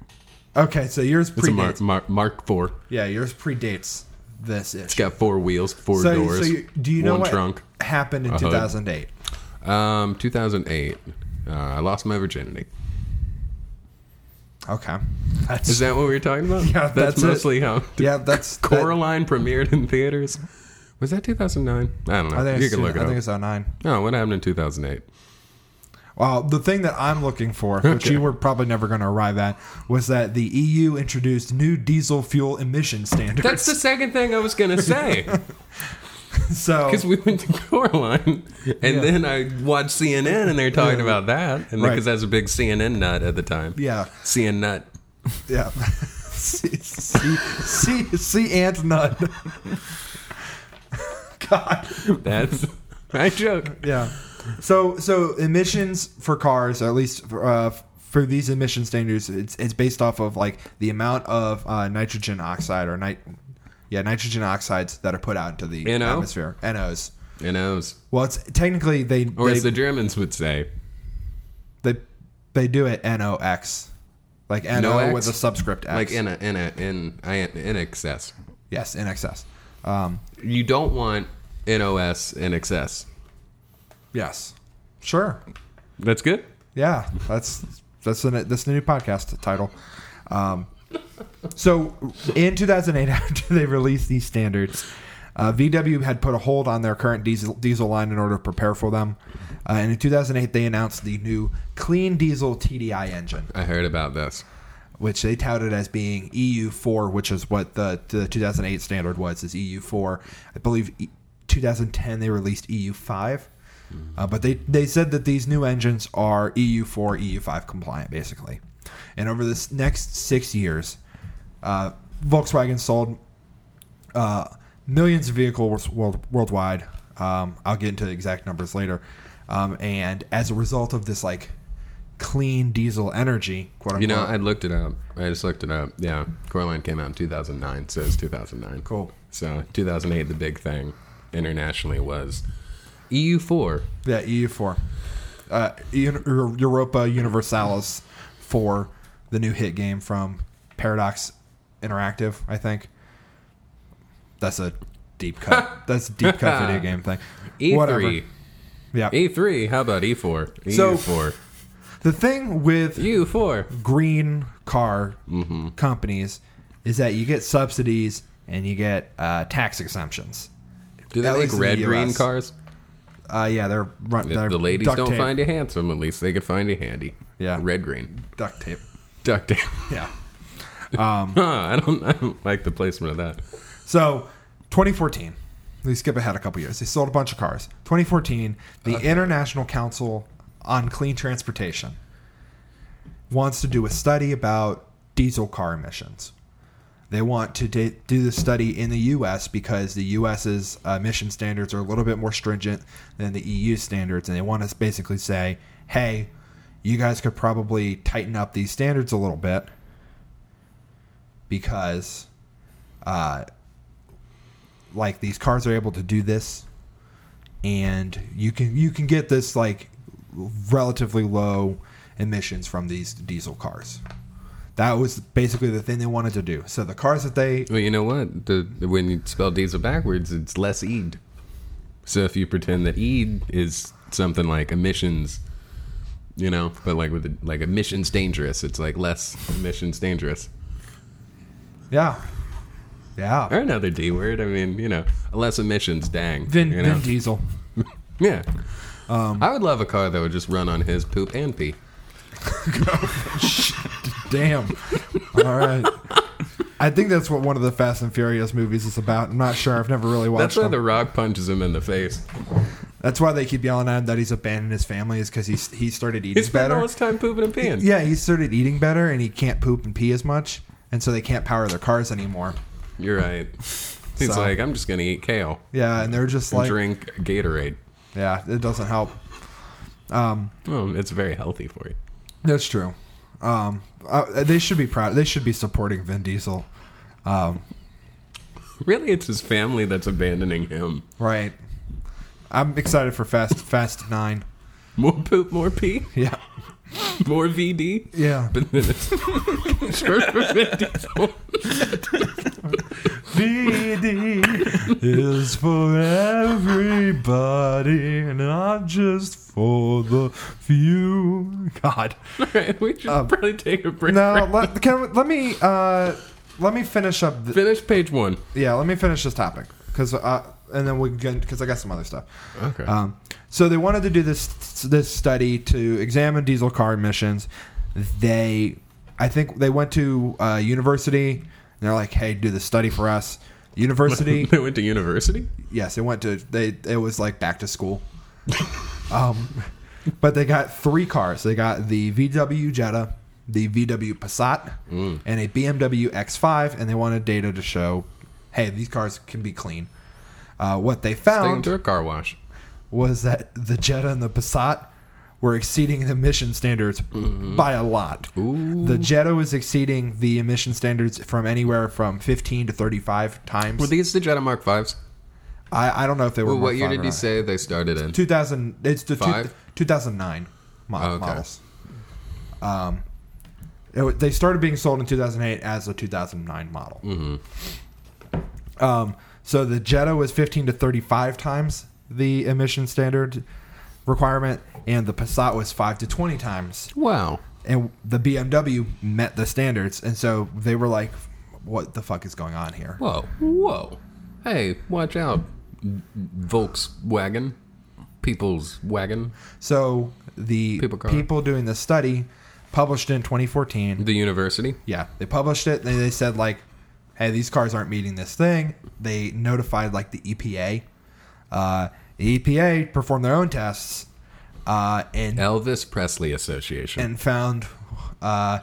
[SPEAKER 2] Okay, so yours
[SPEAKER 1] It's a
[SPEAKER 2] predates.
[SPEAKER 1] Mark, Mark, Mark IV.
[SPEAKER 2] yeah, yours predates this issue.
[SPEAKER 1] It's got four wheels, four
[SPEAKER 2] so,
[SPEAKER 1] doors,
[SPEAKER 2] so you, do you know
[SPEAKER 1] one
[SPEAKER 2] what
[SPEAKER 1] trunk.
[SPEAKER 2] happened in
[SPEAKER 1] hood.
[SPEAKER 2] 2008?
[SPEAKER 1] Um, 2008. Uh, I lost my virginity.
[SPEAKER 2] Okay, that's
[SPEAKER 1] Is that what we were talking about?
[SPEAKER 2] Yeah, that's it.
[SPEAKER 1] mostly how.
[SPEAKER 2] yeah, that's that-
[SPEAKER 1] Coraline premiered in theaters. Was that 2009? I don't know.
[SPEAKER 2] I think
[SPEAKER 1] you
[SPEAKER 2] it's,
[SPEAKER 1] can look it
[SPEAKER 2] I
[SPEAKER 1] up.
[SPEAKER 2] think it's 09.
[SPEAKER 1] oh, what happened in 2008?
[SPEAKER 2] Well, the thing that I'm looking for, which
[SPEAKER 1] Okay.
[SPEAKER 2] you were probably never going to arrive at, was that the EU introduced new diesel fuel emission standards.
[SPEAKER 1] That's the second thing I was gonna say
[SPEAKER 2] so
[SPEAKER 1] because we went to Coraline, and then I watched CNN, and they're talking about that, and
[SPEAKER 2] Right.
[SPEAKER 1] because I was a big CNN nut at the time.
[SPEAKER 2] yeah,
[SPEAKER 1] CNN nut.
[SPEAKER 2] yeah. see, see, see, see, and none. God.
[SPEAKER 1] That's my joke.
[SPEAKER 2] yeah. So so emissions for cars, or at least for, uh, for these emission standards, it's it's based off of like the amount of uh, nitrogen oxide or nit, yeah, nitrogen oxides that are put out into the
[SPEAKER 1] NO?
[SPEAKER 2] atmosphere. NOs.
[SPEAKER 1] You know, it's-
[SPEAKER 2] Well, it's technically they
[SPEAKER 1] or
[SPEAKER 2] they,
[SPEAKER 1] as the Germans would say,
[SPEAKER 2] they they do it NOx, like NO
[SPEAKER 1] NOx?
[SPEAKER 2] with a subscript X.
[SPEAKER 1] like in a, in a, in in excess.
[SPEAKER 2] yes, in excess. Um,
[SPEAKER 1] You don't want NOS in excess.
[SPEAKER 2] yes, sure.
[SPEAKER 1] That's good.
[SPEAKER 2] Yeah, that's that's the that's the new podcast title. Um, so in 2008, after they released these standards, uh, VW had put a hold on their current diesel diesel line in order to prepare for them. Uh, and in 2008, they announced the new clean diesel TDI engine,
[SPEAKER 1] I heard about this.
[SPEAKER 2] which they touted as being EU4, which is what the the 2008 standard was. Is EU4? I believe E- 2010 they released EU5.
[SPEAKER 1] Mm-hmm.
[SPEAKER 2] Uh, but they, they said that these new engines are E EU4, EU5 compliant, basically. And over this next six years, uh, Volkswagen sold uh, millions of vehicles world, worldwide. Um, I'll get into the exact numbers later. Um, and as a result of this, like, clean diesel energy, quote unquote.
[SPEAKER 1] You know, I looked it up. I just looked it up. Yeah, Coraline came out in 2009, so it's 2009.
[SPEAKER 2] Cool.
[SPEAKER 1] So 2008, the big thing internationally was E EU4.
[SPEAKER 2] Yeah, EU4. E Uh, Un- Eur- Europa Universalis for the new hit game from Paradox Interactive, I think. That's a deep cut. That's a deep cut video game thing.
[SPEAKER 1] E3.
[SPEAKER 2] Whatever. Yeah.
[SPEAKER 1] E- E3. How about E E4?
[SPEAKER 2] So-
[SPEAKER 1] EU4.
[SPEAKER 2] the thing with
[SPEAKER 1] E- EU4.
[SPEAKER 2] green car
[SPEAKER 1] Mm-hmm.
[SPEAKER 2] companies is that you get subsidies and you get uh, tax exemptions.
[SPEAKER 1] Do they
[SPEAKER 2] At
[SPEAKER 1] make
[SPEAKER 2] least in the
[SPEAKER 1] red green
[SPEAKER 2] US.
[SPEAKER 1] cars?
[SPEAKER 2] Uh, yeah, they're, run,
[SPEAKER 1] If
[SPEAKER 2] they're
[SPEAKER 1] the ladies
[SPEAKER 2] duct
[SPEAKER 1] don't
[SPEAKER 2] tape.
[SPEAKER 1] find you handsome, at least they could find you handy.
[SPEAKER 2] Yeah.
[SPEAKER 1] Red green.
[SPEAKER 2] duct tape.
[SPEAKER 1] Duct tape.
[SPEAKER 2] Yeah.
[SPEAKER 1] Huh, I don't. I don't like the placement of that.
[SPEAKER 2] So, 2014. They skip ahead a couple years. They sold a bunch of cars. 2014, the International Council on Clean Transportation wants to do a study about diesel car emissions. They want to da- do the study in the U.S. because the U.S.'s uh, emission standards are a little bit more stringent than the EU standards, and they want to basically say, "Hey, you guys could probably tighten up these standards a little bit because." Uh, like these cars are able to do this and you can you can get this like relatively low emissions from these diesel cars that was basically the thing they wanted to do so the cars that they
[SPEAKER 1] Well, you know what? The, when you spell diesel backwards, it's less EED. So if you pretend that EED is something like emissions, you know, but like with the, like emissions dangerous, it's like less emissions dangerous.
[SPEAKER 2] yeah yeah
[SPEAKER 1] Or another D word. I mean, you know, less emissions. Dang.
[SPEAKER 2] Vin,
[SPEAKER 1] you know?
[SPEAKER 2] Vin Diesel
[SPEAKER 1] yeah.
[SPEAKER 2] Um,
[SPEAKER 1] I would love a car that would just run on his poop and pee.
[SPEAKER 2] damn. All right. I think that's what one of the Fast and Furious movies is about. I'm not sure. I've never really watched
[SPEAKER 1] That's why
[SPEAKER 2] them.
[SPEAKER 1] The Rock punches him in the face.
[SPEAKER 2] That's why they keep yelling at him that he's abandoned his family is because he's he started eating
[SPEAKER 1] He spent all
[SPEAKER 2] better.
[SPEAKER 1] his time pooping and peeing.
[SPEAKER 2] Yeah, he started eating better and he can't poop and pee as much, and so they can't power their cars anymore.
[SPEAKER 1] You're right. He's
[SPEAKER 2] So-
[SPEAKER 1] like, I'm just gonna eat kale
[SPEAKER 2] Yeah, and they're just
[SPEAKER 1] and
[SPEAKER 2] like,
[SPEAKER 1] drink Gatorade.
[SPEAKER 2] yeah, it doesn't help. Um,
[SPEAKER 1] Well, it's very healthy for you.
[SPEAKER 2] that's true. Um, uh, they should be proud. They should be supporting Vin Diesel, Um,
[SPEAKER 1] Really, it's his family that's abandoning him.
[SPEAKER 2] right? I'm excited for Fast Fast Nine.
[SPEAKER 1] More poop, more pee,
[SPEAKER 2] Yeah,
[SPEAKER 1] more VD.
[SPEAKER 2] yeah.
[SPEAKER 1] But then it's Short for Vin Diesel.
[SPEAKER 2] BD is for everybody, not just for the few. God.
[SPEAKER 1] All right, we should
[SPEAKER 2] Um,
[SPEAKER 1] probably take a break.
[SPEAKER 2] Now let can, let me uh, let me finish up. The,
[SPEAKER 1] Finish page one.
[SPEAKER 2] yeah, let me finish this topic because uh, and then we can because I got some other stuff.
[SPEAKER 1] Okay.
[SPEAKER 2] Um, so they wanted to do this this study to examine diesel car emissions. They, I think they went to uh, university. and They're like, hey, do the study for us. University
[SPEAKER 1] they went to university.
[SPEAKER 2] yes, it went to they. It was like back to school. um, but they got three cars. They got the VW Jetta, the VW Passat,
[SPEAKER 1] Mm.
[SPEAKER 2] and a BMW X5, and they wanted data to show, hey, these cars can be clean. Uh, what they
[SPEAKER 1] Take them
[SPEAKER 2] found
[SPEAKER 1] to a car wash.
[SPEAKER 2] was that the Jetta and the Passat were exceeding the emission standards
[SPEAKER 1] Mm-hmm.
[SPEAKER 2] by a lot. The Jetta was exceeding the emission standards from anywhere from 15 to 35 times.
[SPEAKER 1] Were these the Jetta Mark Fives?
[SPEAKER 2] I, I don't know if they were.
[SPEAKER 1] Well,
[SPEAKER 2] more
[SPEAKER 1] what year
[SPEAKER 2] fun or
[SPEAKER 1] did you
[SPEAKER 2] not.
[SPEAKER 1] say they started in?
[SPEAKER 2] 2000 it's the two,
[SPEAKER 1] Five?
[SPEAKER 2] 2009 mo-
[SPEAKER 1] Oh, okay.
[SPEAKER 2] models um it wa- they started being sold in 2008 as a 2009 model
[SPEAKER 1] Mm-hmm.
[SPEAKER 2] um so the jetta was 15 to 35 times the emission standard requirement and the passat was 5 to 20 times
[SPEAKER 1] Wow.
[SPEAKER 2] and the bmw met the standards and so they were like what the fuck is going on here
[SPEAKER 1] Whoa. Whoa. Hey, watch out, Volkswagen. People's wagon.
[SPEAKER 2] so the
[SPEAKER 1] People car.
[SPEAKER 2] people doing the study published in 2014
[SPEAKER 1] The university.
[SPEAKER 2] Yeah, they published it. They, they said like, "Hey, these cars aren't meeting this thing." They notified like the EPA. Uh, the EPA performed their own tests uh, and
[SPEAKER 1] Elvis Presley Association.
[SPEAKER 2] and found uh,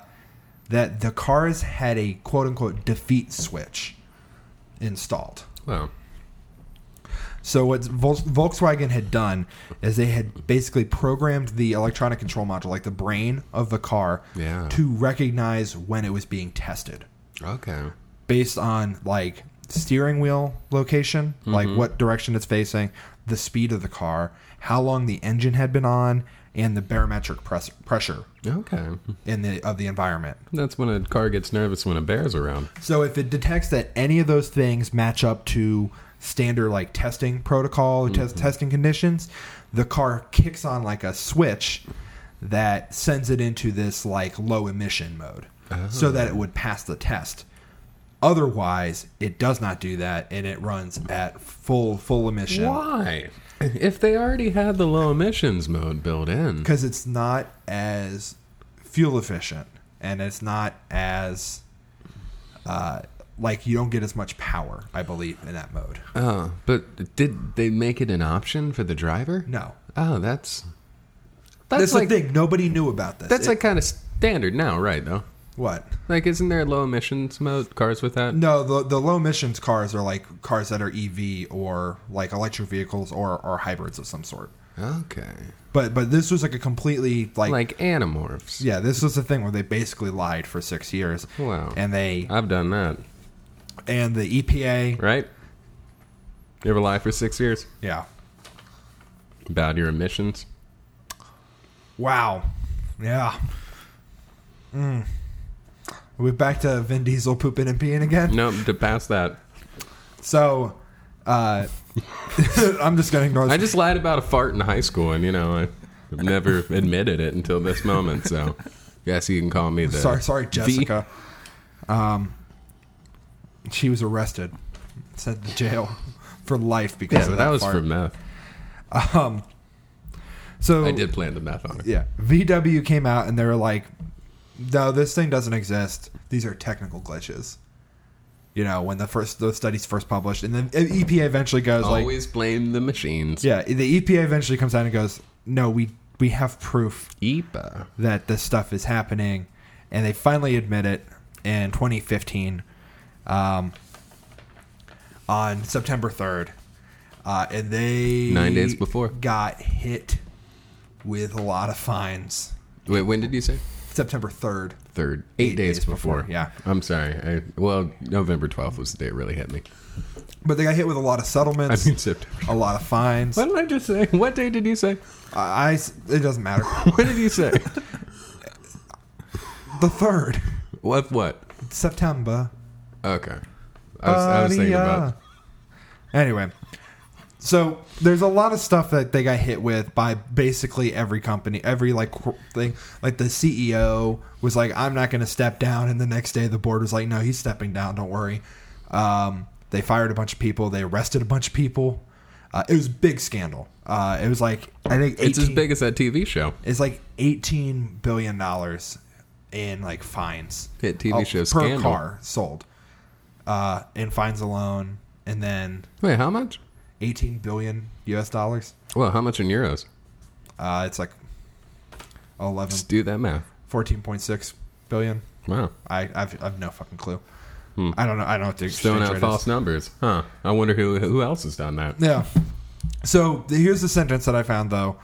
[SPEAKER 2] that the cars had a quote unquote defeat switch installed.
[SPEAKER 1] wow.
[SPEAKER 2] So what Vol- Volkswagen had done is they had basically programmed the electronic control module, like the brain of the car,
[SPEAKER 1] Yeah.
[SPEAKER 2] to recognize when it was being tested.
[SPEAKER 1] Okay.
[SPEAKER 2] based on like steering wheel location, like what direction it's facing, the speed of the car, how long the engine had been on, and the barometric press- pressure
[SPEAKER 1] Okay.
[SPEAKER 2] in the of the environment.
[SPEAKER 1] That's when a car gets nervous when a bear's around.
[SPEAKER 2] So if it detects that any of those things match up to standard like testing protocol or test testing conditions, the car kicks on like a switch that sends it into this like low emission mode so that it would pass the test. Otherwise, it does not do that and it runs at full full emission
[SPEAKER 1] Why? If they already had the low emissions mode built in.
[SPEAKER 2] because it's not as fuel efficient and it's not as uh, like you don't get as much power, I believe, in that mode.
[SPEAKER 1] Oh, but did they make it an option for the driver?
[SPEAKER 2] No.
[SPEAKER 1] Oh, that's that's,
[SPEAKER 2] That's,
[SPEAKER 1] like
[SPEAKER 2] the thing. Nobody knew about this.
[SPEAKER 1] that's
[SPEAKER 2] It-
[SPEAKER 1] like kind of standard now, right? Though,
[SPEAKER 2] what?
[SPEAKER 1] like, isn't there low emissions mode cars with that?
[SPEAKER 2] No, the the low emissions cars are like cars that are EV or like electric vehicles or or hybrids of some sort.
[SPEAKER 1] Okay,
[SPEAKER 2] But but this was like a completely like,
[SPEAKER 1] like anamorphs.
[SPEAKER 2] yeah, this was the thing where they basically lied for six years.
[SPEAKER 1] Wow.
[SPEAKER 2] And they
[SPEAKER 1] I've done that,
[SPEAKER 2] and the E EPA
[SPEAKER 1] right? You ever lie for six years
[SPEAKER 2] yeah.
[SPEAKER 1] about your emissions?
[SPEAKER 2] Wow. Yeah. Mm. We're back to Vin Diesel pooping and peeing again.
[SPEAKER 1] No, to pass that,
[SPEAKER 2] So, uh, I'm just gonna ignore. This.
[SPEAKER 1] I just lied about a fart in high school, and you know I have never admitted it until this moment. So, yes, you can call me the
[SPEAKER 2] sorry, sorry,
[SPEAKER 1] the-
[SPEAKER 2] Jessica. Um, she was arrested, sent to jail for life because
[SPEAKER 1] Yeah,
[SPEAKER 2] of
[SPEAKER 1] but
[SPEAKER 2] that,
[SPEAKER 1] that was
[SPEAKER 2] fart.
[SPEAKER 1] for meth.
[SPEAKER 2] Um, So
[SPEAKER 1] I did plan the math on it.
[SPEAKER 2] Yeah, VW came out and they were like, "No, this thing doesn't exist. These are technical glitches." You know, when the first those studies first published, and then EPA eventually
[SPEAKER 1] Oh,
[SPEAKER 2] goes like,
[SPEAKER 1] Always blame the machines.
[SPEAKER 2] "Yeah," the EPA eventually comes out and goes, "No, we we have proof
[SPEAKER 1] EPA.
[SPEAKER 2] that this stuff is happening, and they finally admit it in 2015, um, on September 3rd, uh, and they
[SPEAKER 1] Nine days before.
[SPEAKER 2] got hit with a lot of fines.
[SPEAKER 1] Wait, when did you say?
[SPEAKER 2] September 3rd,
[SPEAKER 1] Third. Eight, days,
[SPEAKER 2] days
[SPEAKER 1] before.
[SPEAKER 2] before, yeah.
[SPEAKER 1] I'm sorry. I, well, November 12th was the day it really hit me.
[SPEAKER 2] but they got hit with a lot of
[SPEAKER 1] I
[SPEAKER 2] settlements,
[SPEAKER 1] mean, September.
[SPEAKER 2] a lot of fines.
[SPEAKER 1] What did I just say? What day did you say?
[SPEAKER 2] I, I s- it doesn't matter.
[SPEAKER 1] What did you say?
[SPEAKER 2] the third
[SPEAKER 1] what? What?
[SPEAKER 2] September.
[SPEAKER 1] Okay. I was,
[SPEAKER 2] Uh,
[SPEAKER 1] I was thinking about.
[SPEAKER 2] Anyway, so there's a lot of stuff that they got hit with by basically every company, every like cor- thing. Like the CEO was like, "I'm not going to step down," and the next day the board was like, "No, he's stepping down. Don't worry." Um, they fired a bunch of people. They arrested a bunch of people. Uh, it was a big scandal. Uh, it was like I think 18,
[SPEAKER 1] It's as big as that TV show.
[SPEAKER 2] It's like 18 billion dollars in like fines
[SPEAKER 1] Hit TV
[SPEAKER 2] Oh,
[SPEAKER 1] show
[SPEAKER 2] per
[SPEAKER 1] scandal.
[SPEAKER 2] car sold uh, in fines alone, and then
[SPEAKER 1] Wait, how much?
[SPEAKER 2] 18 billion US dollars.
[SPEAKER 1] Well, how much in euros?
[SPEAKER 2] Uh, it's like 11,
[SPEAKER 1] Just do that math.
[SPEAKER 2] 14.6 billion.
[SPEAKER 1] Wow.
[SPEAKER 2] I, I've, I've no fucking clue. I don't know. I don't know what the
[SPEAKER 1] Hmm. Just throwing
[SPEAKER 2] exchange
[SPEAKER 1] out
[SPEAKER 2] rate
[SPEAKER 1] false
[SPEAKER 2] is.
[SPEAKER 1] numbers. Huh. I wonder who who else has done that.
[SPEAKER 2] Yeah. So the, here's the sentence that I found though.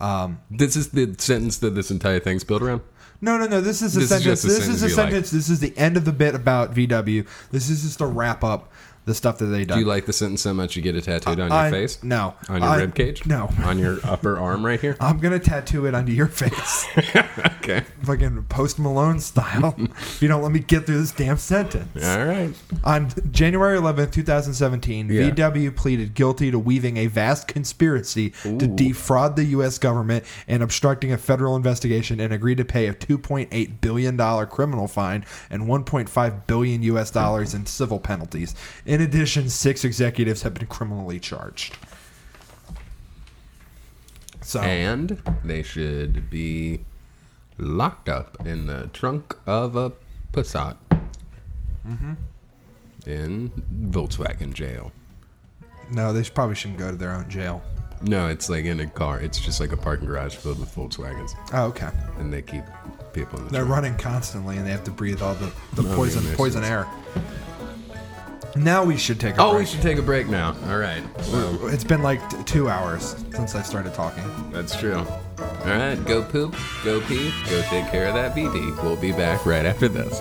[SPEAKER 2] Um,
[SPEAKER 1] This is the sentence that this entire thing's built around.
[SPEAKER 2] no, no, no. This is the
[SPEAKER 1] This is
[SPEAKER 2] sentence.
[SPEAKER 1] just a
[SPEAKER 2] this is
[SPEAKER 1] sentence
[SPEAKER 2] the
[SPEAKER 1] you like.
[SPEAKER 2] sentence. This is the end of the bit about VW. This is just a wrap up the stuff that they done.
[SPEAKER 1] Do you like the sentence so much you get it tattooed on your
[SPEAKER 2] I-
[SPEAKER 1] face?
[SPEAKER 2] No.
[SPEAKER 1] On your
[SPEAKER 2] I-
[SPEAKER 1] rib cage?
[SPEAKER 2] No.
[SPEAKER 1] On your upper arm right here?
[SPEAKER 2] I'm gonna tattoo it onto your face,
[SPEAKER 1] okay.
[SPEAKER 2] fucking Post Malone style. if you don't let me get through this damn sentence.
[SPEAKER 1] All right.
[SPEAKER 2] On January 11th, 2017,
[SPEAKER 1] Yeah.
[SPEAKER 2] VW pleaded guilty to weaving a vast conspiracy to defraud the U.S. government and obstructing a federal investigation, and agreed to pay a 2.8 billion dollar criminal fine and 1.5 billion U.S. dollars in civil penalties. In addition, six executives have been criminally charged. So
[SPEAKER 1] And they should be locked up in the trunk of a Passat.
[SPEAKER 2] Mm-hmm.
[SPEAKER 1] In Volkswagen jail.
[SPEAKER 2] no, they should- probably shouldn't go to their own jail.
[SPEAKER 1] No, it's like in a car. It's just like a parking garage filled with Volkswagens.
[SPEAKER 2] Oh, okay.
[SPEAKER 1] And they keep people in the
[SPEAKER 2] They're
[SPEAKER 1] trunk.
[SPEAKER 2] running constantly, and they have to breathe all the, the
[SPEAKER 1] yeah,
[SPEAKER 2] poison
[SPEAKER 1] makes
[SPEAKER 2] poison air. Now we should take a
[SPEAKER 1] Oh, we
[SPEAKER 2] break. Uh,
[SPEAKER 1] should take a break now. All right. Well,
[SPEAKER 2] It's been like t- two hours since I started talking.
[SPEAKER 1] that's true. All right. Go poop. Go pee. Go take care of that BD. We'll be back right after this.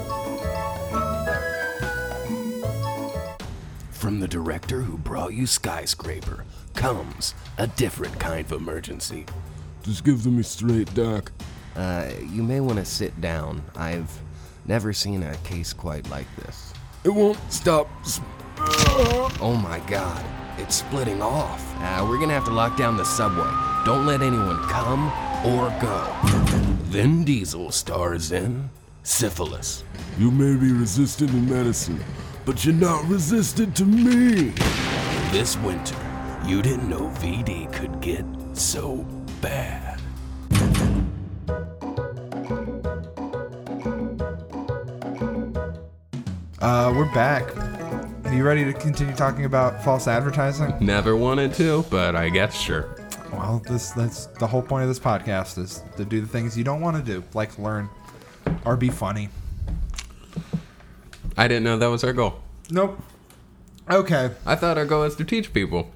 [SPEAKER 4] From the director who brought you Skyscraper comes a different kind of emergency.
[SPEAKER 5] Just give them a straight doc.
[SPEAKER 1] Uh, you may want to sit down. I've never seen a case quite like this.
[SPEAKER 5] It won't stop.
[SPEAKER 1] Oh my god, it's splitting off. Uh, we're gonna have to lock down the subway. Don't let anyone come or go.
[SPEAKER 4] Vin Diesel stars in Syphilis.
[SPEAKER 5] You may be resistant to medicine, but you're not resistant to me.
[SPEAKER 4] This winter, you didn't know VD could get so bad.
[SPEAKER 2] Uh, we're back. Are you ready to continue talking about false advertising?
[SPEAKER 1] Never wanted to, but I guess sure.
[SPEAKER 2] Well, this that's the whole point of this podcast is to do the things you don't want to do, like learn or be funny.
[SPEAKER 1] I didn't know that was our goal.
[SPEAKER 2] Nope. Okay.
[SPEAKER 1] I thought our goal was to teach people.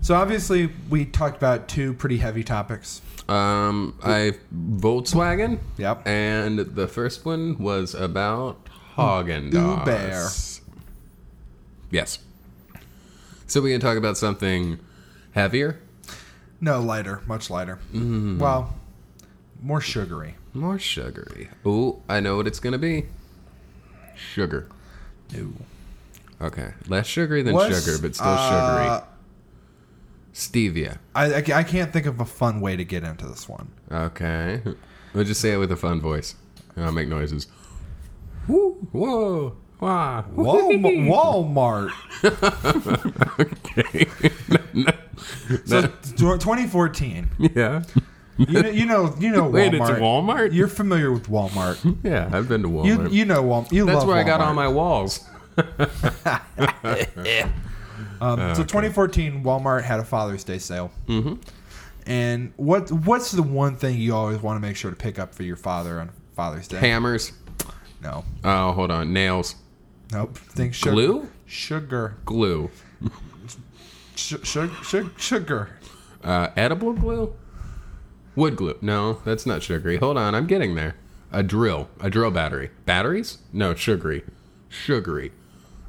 [SPEAKER 2] So obviously we talked about two pretty heavy topics.
[SPEAKER 1] Um, I Volkswagen.
[SPEAKER 2] Yep.
[SPEAKER 1] And the first one was about Hagen Dazs. Yes. So we can talk about something heavier,
[SPEAKER 2] No, lighter, much lighter.
[SPEAKER 1] Mm.
[SPEAKER 2] Well, more sugary.
[SPEAKER 1] more sugary. Ooh, I know what it's gonna be. Sugar.
[SPEAKER 2] No.
[SPEAKER 1] Okay, less sugary than
[SPEAKER 2] Was,
[SPEAKER 1] sugar, but still
[SPEAKER 2] uh,
[SPEAKER 1] sugary. Stevia.
[SPEAKER 2] I, I ca- I can't think of a fun way to get into this one.
[SPEAKER 1] Okay. We'll just say it with a fun voice. And I'll make noises. Woo! Whoa! Wah!
[SPEAKER 2] Walmart. Walmart.
[SPEAKER 1] Okay.
[SPEAKER 2] So t- 2014.
[SPEAKER 1] Yeah.
[SPEAKER 2] You know, you know, you know Walmart.
[SPEAKER 1] Wait, it's Walmart?
[SPEAKER 2] You're familiar with Walmart.
[SPEAKER 1] Yeah, I've been to
[SPEAKER 2] You
[SPEAKER 1] Walmart.
[SPEAKER 2] you know Walmart. You
[SPEAKER 1] That's
[SPEAKER 2] love
[SPEAKER 1] where I got
[SPEAKER 2] Walmart.
[SPEAKER 1] all my walls.
[SPEAKER 2] Um, so 2014, Walmart had a Father's Day sale. Mm-hmm. And what what's the one thing you always want to make sure to pick up for your father on Father's Day?
[SPEAKER 1] Hammers.
[SPEAKER 2] No,
[SPEAKER 1] Oh, hold on. Nails.
[SPEAKER 2] nope. Think sugar.
[SPEAKER 1] Glue?
[SPEAKER 2] Sugar.
[SPEAKER 1] Glue.
[SPEAKER 2] Sh- sh- sh- sugar.
[SPEAKER 1] Uh, edible glue? Wood glue. No, that's not sugary. Hold on, I'm getting there. A drill. A drill battery. Batteries? No, sugary. Sugary.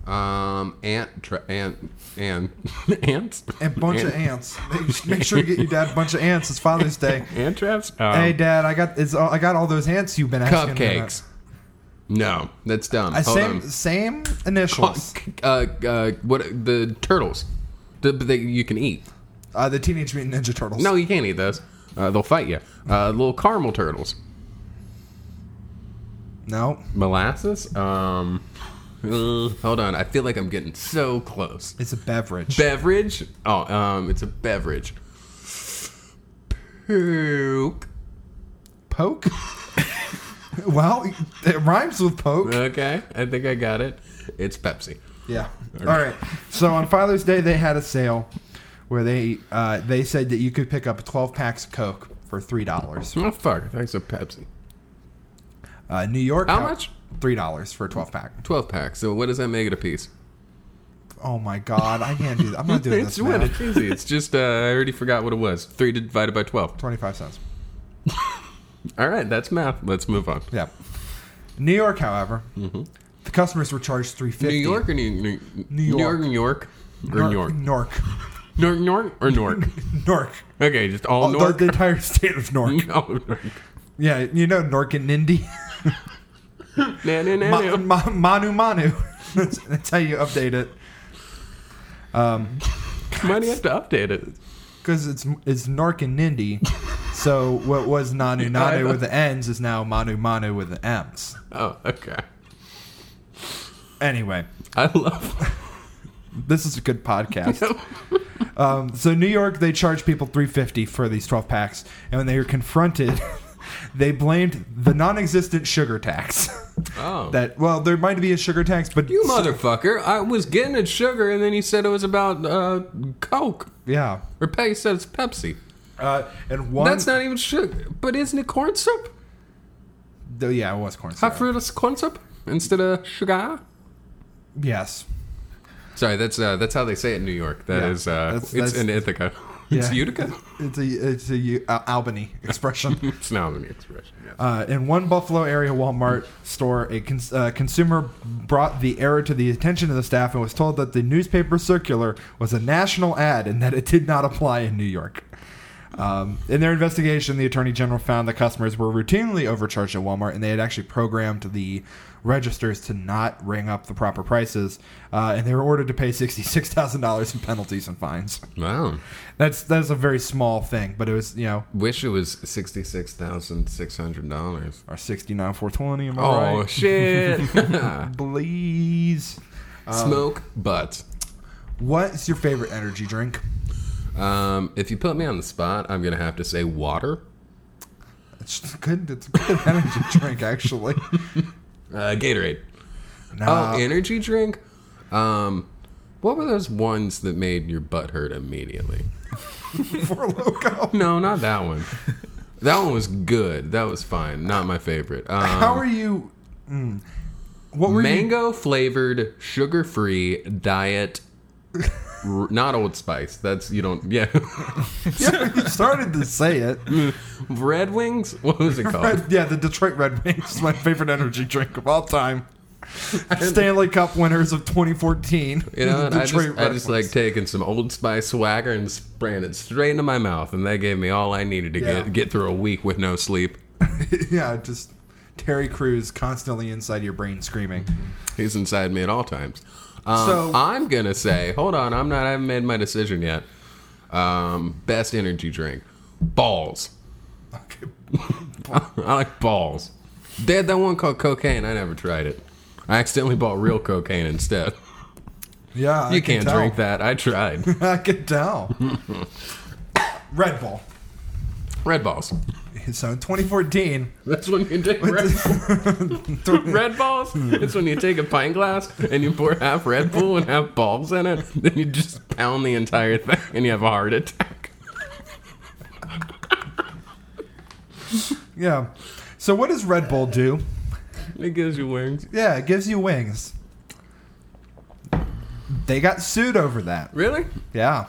[SPEAKER 1] Um, ant, tra- ant, ant, ants?
[SPEAKER 2] And bunch of ants. Make- Make sure you get your dad a bunch of ants. It's Father's Day.
[SPEAKER 1] Ant traps? Um,
[SPEAKER 2] hey, Dad, I got it's all, I got all those ants you've been asking
[SPEAKER 1] cupcakes.
[SPEAKER 2] about.
[SPEAKER 1] No, that's dumb.
[SPEAKER 2] I
[SPEAKER 1] Hold
[SPEAKER 2] same
[SPEAKER 1] on.
[SPEAKER 2] same initials.
[SPEAKER 1] Uh, uh, what the turtles? The, they, you can eat.
[SPEAKER 2] Uh, the Teenage Mutant Ninja Turtles.
[SPEAKER 1] No, you can't eat those. Uh, they'll fight you. Uh, little caramel turtles.
[SPEAKER 2] no.
[SPEAKER 1] Molasses? Um, uh, hold on. I feel like I'm getting so close.
[SPEAKER 2] It's a beverage.
[SPEAKER 1] Beverage? Oh, um, it's a beverage. Puke.
[SPEAKER 2] poke. well, it rhymes with poke.
[SPEAKER 1] Okay, I think I got it. It's Pepsi.
[SPEAKER 2] Yeah. All right. So on Father's Day, they had a sale where they uh, they said that you could pick up 12 packs of Coke for three dollars.
[SPEAKER 1] Oh, fuck. Thanks a Pepsi.
[SPEAKER 2] Uh, New York.
[SPEAKER 1] How much?
[SPEAKER 2] Three dollars for a 12 pack.
[SPEAKER 1] 12 pack. So what does that make it a piece?
[SPEAKER 2] Oh my God! I can't do that. I'm not doing
[SPEAKER 1] It's
[SPEAKER 2] this.
[SPEAKER 1] what?
[SPEAKER 2] Now.
[SPEAKER 1] It's easy. It's just, uh, I already forgot what it was. 3 divided by 12.
[SPEAKER 2] 25 cents.
[SPEAKER 1] All right, that's math. Let's move on.
[SPEAKER 2] Yeah. New York, however, the customers were charged 350.
[SPEAKER 1] New York or New, New,
[SPEAKER 2] New
[SPEAKER 1] New
[SPEAKER 2] York.
[SPEAKER 1] York? New York? Or New York?
[SPEAKER 2] Nork.
[SPEAKER 1] New York or Newark?
[SPEAKER 2] Nork. Oh,
[SPEAKER 1] Okay, just all
[SPEAKER 2] The,
[SPEAKER 1] Newark.
[SPEAKER 2] the entire state of Nork.
[SPEAKER 1] No,
[SPEAKER 2] Yeah, you know Nork and Nindy.
[SPEAKER 1] no, no, no,
[SPEAKER 2] Ma-
[SPEAKER 1] no.
[SPEAKER 2] ma- Manu Manu. that's, that's how you update it.
[SPEAKER 1] Might have to update it.
[SPEAKER 2] Because it's it's Nork and Nindy. So what was Nanu Nanu with the N's is now Manu Manu with the M's.
[SPEAKER 1] Oh, okay.
[SPEAKER 2] Anyway,
[SPEAKER 1] I love.
[SPEAKER 2] this is a good podcast. Um, so New York, they charge people three fifty for these twelve packs, and when they were confronted, they blamed the non-existent sugar tax.
[SPEAKER 1] Oh,
[SPEAKER 2] that well, there might be a sugar tax, but
[SPEAKER 1] you motherfucker! I was getting at sugar, and then you said it was about uh, Coke.
[SPEAKER 2] yeah.
[SPEAKER 1] Or Peggy said it's Pepsi.
[SPEAKER 2] Uh, and one
[SPEAKER 1] That's not even sugar. But isn't it corn soup?
[SPEAKER 2] th- yeah, it was corn
[SPEAKER 1] High
[SPEAKER 2] syrup.
[SPEAKER 1] fruit corn soup instead of sugar.
[SPEAKER 2] yes,
[SPEAKER 1] Sorry, that's uh, that's how they say it in New York. That
[SPEAKER 2] Yeah,
[SPEAKER 1] is, uh,
[SPEAKER 2] that's-
[SPEAKER 1] it's
[SPEAKER 2] that's-
[SPEAKER 1] in Ithaca. It's
[SPEAKER 2] Yeah.
[SPEAKER 1] Utica.
[SPEAKER 2] it's a it's a U- uh, Albany expression.
[SPEAKER 1] It's now the expression. Yes.
[SPEAKER 2] Uh, in one Buffalo area Walmart store, a cons- uh, consumer brought the error to the attention of the staff and was told that the newspaper circular was a national ad and that it did not apply in New York. Um, in their investigation, the attorney general found that customers were routinely overcharged at Walmart, and they had actually programmed the registers to not ring up the proper prices, uh, and they were ordered to pay sixty-six thousand dollars in penalties and fines.
[SPEAKER 1] wow.
[SPEAKER 2] That's that's a very small thing, but it was you know
[SPEAKER 1] Wish it was sixty-six thousand six hundred dollars.
[SPEAKER 2] our sixty-nine four twenty. Am I
[SPEAKER 1] Oh
[SPEAKER 2] right?
[SPEAKER 1] shit!
[SPEAKER 2] Please.
[SPEAKER 1] Smoke butts.
[SPEAKER 2] What's your favorite energy drink?
[SPEAKER 1] Um, if you put me on the spot, I'm gonna have to say water.
[SPEAKER 2] It's just good. It's a good energy drink, actually.
[SPEAKER 1] Uh, Gatorade.
[SPEAKER 2] Nah,
[SPEAKER 1] oh, energy drink. Um, what were those ones that made your butt hurt immediately?
[SPEAKER 2] Four Loco.
[SPEAKER 1] No, not that one. that one was good. That was fine. Not my favorite. Um,
[SPEAKER 2] How are you? Mm, what were you?
[SPEAKER 1] mango flavored, sugar free diet. r- not Old Spice. That's you don't. Yeah,
[SPEAKER 2] Yeah, you started to say it.
[SPEAKER 1] Red Wings. What was it called?
[SPEAKER 2] Red- yeah, the Detroit Red Wings is my favorite energy drink of all time. Stanley Cup winners of 2014.
[SPEAKER 1] You know,
[SPEAKER 2] the
[SPEAKER 1] I just, I just like taking some Old Spice swagger and spraying it straight into my mouth, and that gave me all I needed to
[SPEAKER 2] Yeah.
[SPEAKER 1] get get through a week with no sleep.
[SPEAKER 2] yeah, just Terry Crews constantly inside your brain screaming.
[SPEAKER 1] He's inside me at all times. Um,
[SPEAKER 2] So-
[SPEAKER 1] I'm gonna say, hold on, I'm not, I haven't made my decision yet. Um, best energy drink, balls.
[SPEAKER 2] Okay.
[SPEAKER 1] I like balls. They had that one called cocaine. I never tried it. I accidentally bought real cocaine instead.
[SPEAKER 2] Yeah, I
[SPEAKER 1] you
[SPEAKER 2] can
[SPEAKER 1] can't
[SPEAKER 2] tell.
[SPEAKER 1] drink that. I tried.
[SPEAKER 2] I can tell. Red Bull.
[SPEAKER 1] Red balls.
[SPEAKER 2] So in 2014,
[SPEAKER 1] That's when you take red, red balls. It's when you take a pint glass and you pour half Red Bull and half balls in it. Then you just pound the entire thing and you have a heart attack.
[SPEAKER 2] yeah. So what does Red Bull do?
[SPEAKER 1] It gives you wings.
[SPEAKER 2] Yeah, it gives you wings. They got sued over that.
[SPEAKER 1] Really?
[SPEAKER 2] Yeah.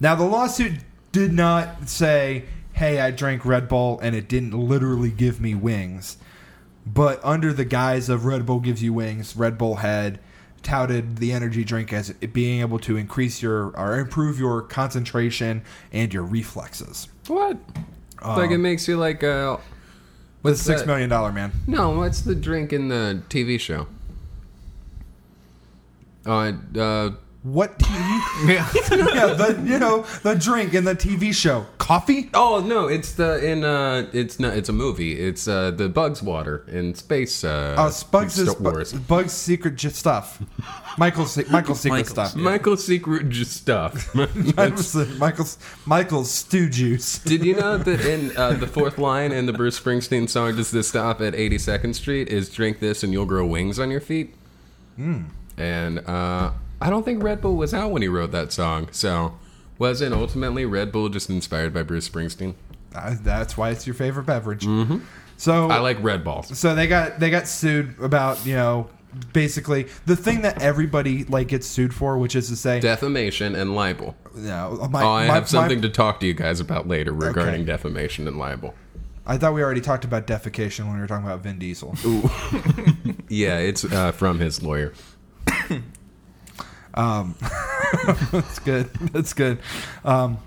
[SPEAKER 2] Now the lawsuit did not say, "Hey, I drank Red Bull and it didn't literally give me wings." But under the guise of Red Bull gives you wings, Red Bull had touted the energy drink as it being able to increase your or improve your concentration and your reflexes.
[SPEAKER 1] What? like
[SPEAKER 2] Um,
[SPEAKER 1] it makes you like uh
[SPEAKER 2] With six
[SPEAKER 1] that?
[SPEAKER 2] million dollar man.
[SPEAKER 1] no. What's the drink in the TV show? Uh, uh
[SPEAKER 2] What TV?
[SPEAKER 1] yeah.
[SPEAKER 2] yeah, the you know the drink in the TV show coffee.
[SPEAKER 1] Oh no, it's the in uh, it's not it's a movie. It's uh, the Bugs water in space. Uh,
[SPEAKER 2] Oh, Bugs is
[SPEAKER 1] Star Wars.
[SPEAKER 2] Bugs secret j- stuff. Michael's Michael's secret
[SPEAKER 3] Michael's.
[SPEAKER 2] stuff.
[SPEAKER 1] Michael's secret ju- stuff.
[SPEAKER 2] Michael's Michael's stew juice.
[SPEAKER 1] Did you know that in uh, the fourth line in the Bruce Springsteen song "Does This Stop at 82nd Street" is "Drink this and you'll grow wings on your feet."
[SPEAKER 2] Hmm.
[SPEAKER 1] And uh, I don't think Red Bull was out when he wrote that song. So, wasn't ultimately Red Bull just inspired by Bruce Springsteen?
[SPEAKER 2] Uh, that's why it's your favorite beverage. So
[SPEAKER 1] Mm-hmm. I like Red Balls.
[SPEAKER 2] So they got they got sued about you know basically the thing that everybody like gets sued for, which is to say,
[SPEAKER 1] Defamation and libel.
[SPEAKER 2] you know, my,
[SPEAKER 1] Oh, I
[SPEAKER 2] my-
[SPEAKER 1] have something to
[SPEAKER 2] my-
[SPEAKER 1] talk to you guys about later regarding defamation and libel.
[SPEAKER 2] I thought we already talked about defecation when we were talking about Vin Diesel.
[SPEAKER 1] Yeah, it's uh, from his lawyer.
[SPEAKER 2] That's good. That's good. Um,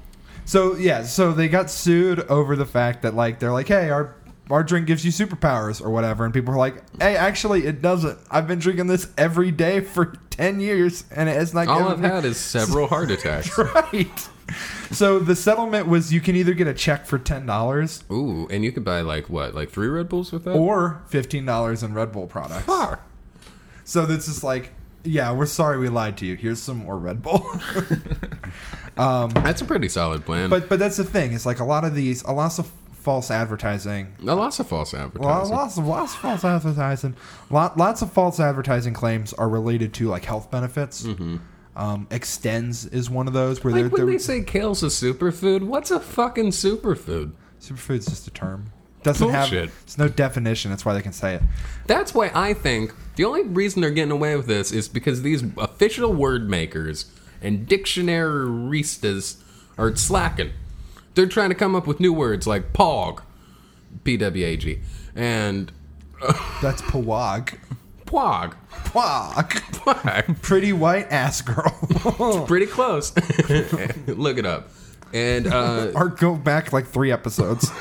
[SPEAKER 2] so yeah, so they got sued over the fact that like they're like, hey, our our drink gives you superpowers or whatever, and people are like, hey, actually, it doesn't. I've been drinking this every day for ten years, and it has not.
[SPEAKER 1] All I've
[SPEAKER 2] given me-"
[SPEAKER 1] had is several heart attacks.
[SPEAKER 2] right. So the settlement was you can either get a check for ten dollars
[SPEAKER 1] Ooh, and you could buy like what, like three Red Bulls with that?
[SPEAKER 2] or fifteen dollars in Red Bull products.
[SPEAKER 1] Fuck.
[SPEAKER 2] So this is like, yeah, we're sorry we lied to you. Here's some more Red Bull.
[SPEAKER 1] That's a pretty solid plan. But
[SPEAKER 2] but but that's the thing. It's like a lot of these, a lot of false advertising
[SPEAKER 1] a lots of false
[SPEAKER 2] Well,
[SPEAKER 1] advertising.
[SPEAKER 2] lots of lots of false advertising. Lot, lots of false advertising claims are related to like health benefits. Um, extends is one of those where
[SPEAKER 1] like
[SPEAKER 2] they're,
[SPEAKER 1] when
[SPEAKER 2] they're
[SPEAKER 1] they say kale's a superfood, what's a fucking superfood?
[SPEAKER 2] superfood's just a term. Doesn't
[SPEAKER 1] Bullshit.
[SPEAKER 2] have it's no definition. That's why they can say it.
[SPEAKER 1] That's why I think the only reason they're getting away with this is because these official word makers and dictionaryistas are slacking. They're trying to come up with new words like pog, P W A G, and
[SPEAKER 2] That's pawag.
[SPEAKER 1] pwog,
[SPEAKER 2] Pawag.
[SPEAKER 1] pwog.
[SPEAKER 2] Pretty white ass girl.
[SPEAKER 1] Pretty close. Look it up. And uh,
[SPEAKER 2] or go back like three episodes.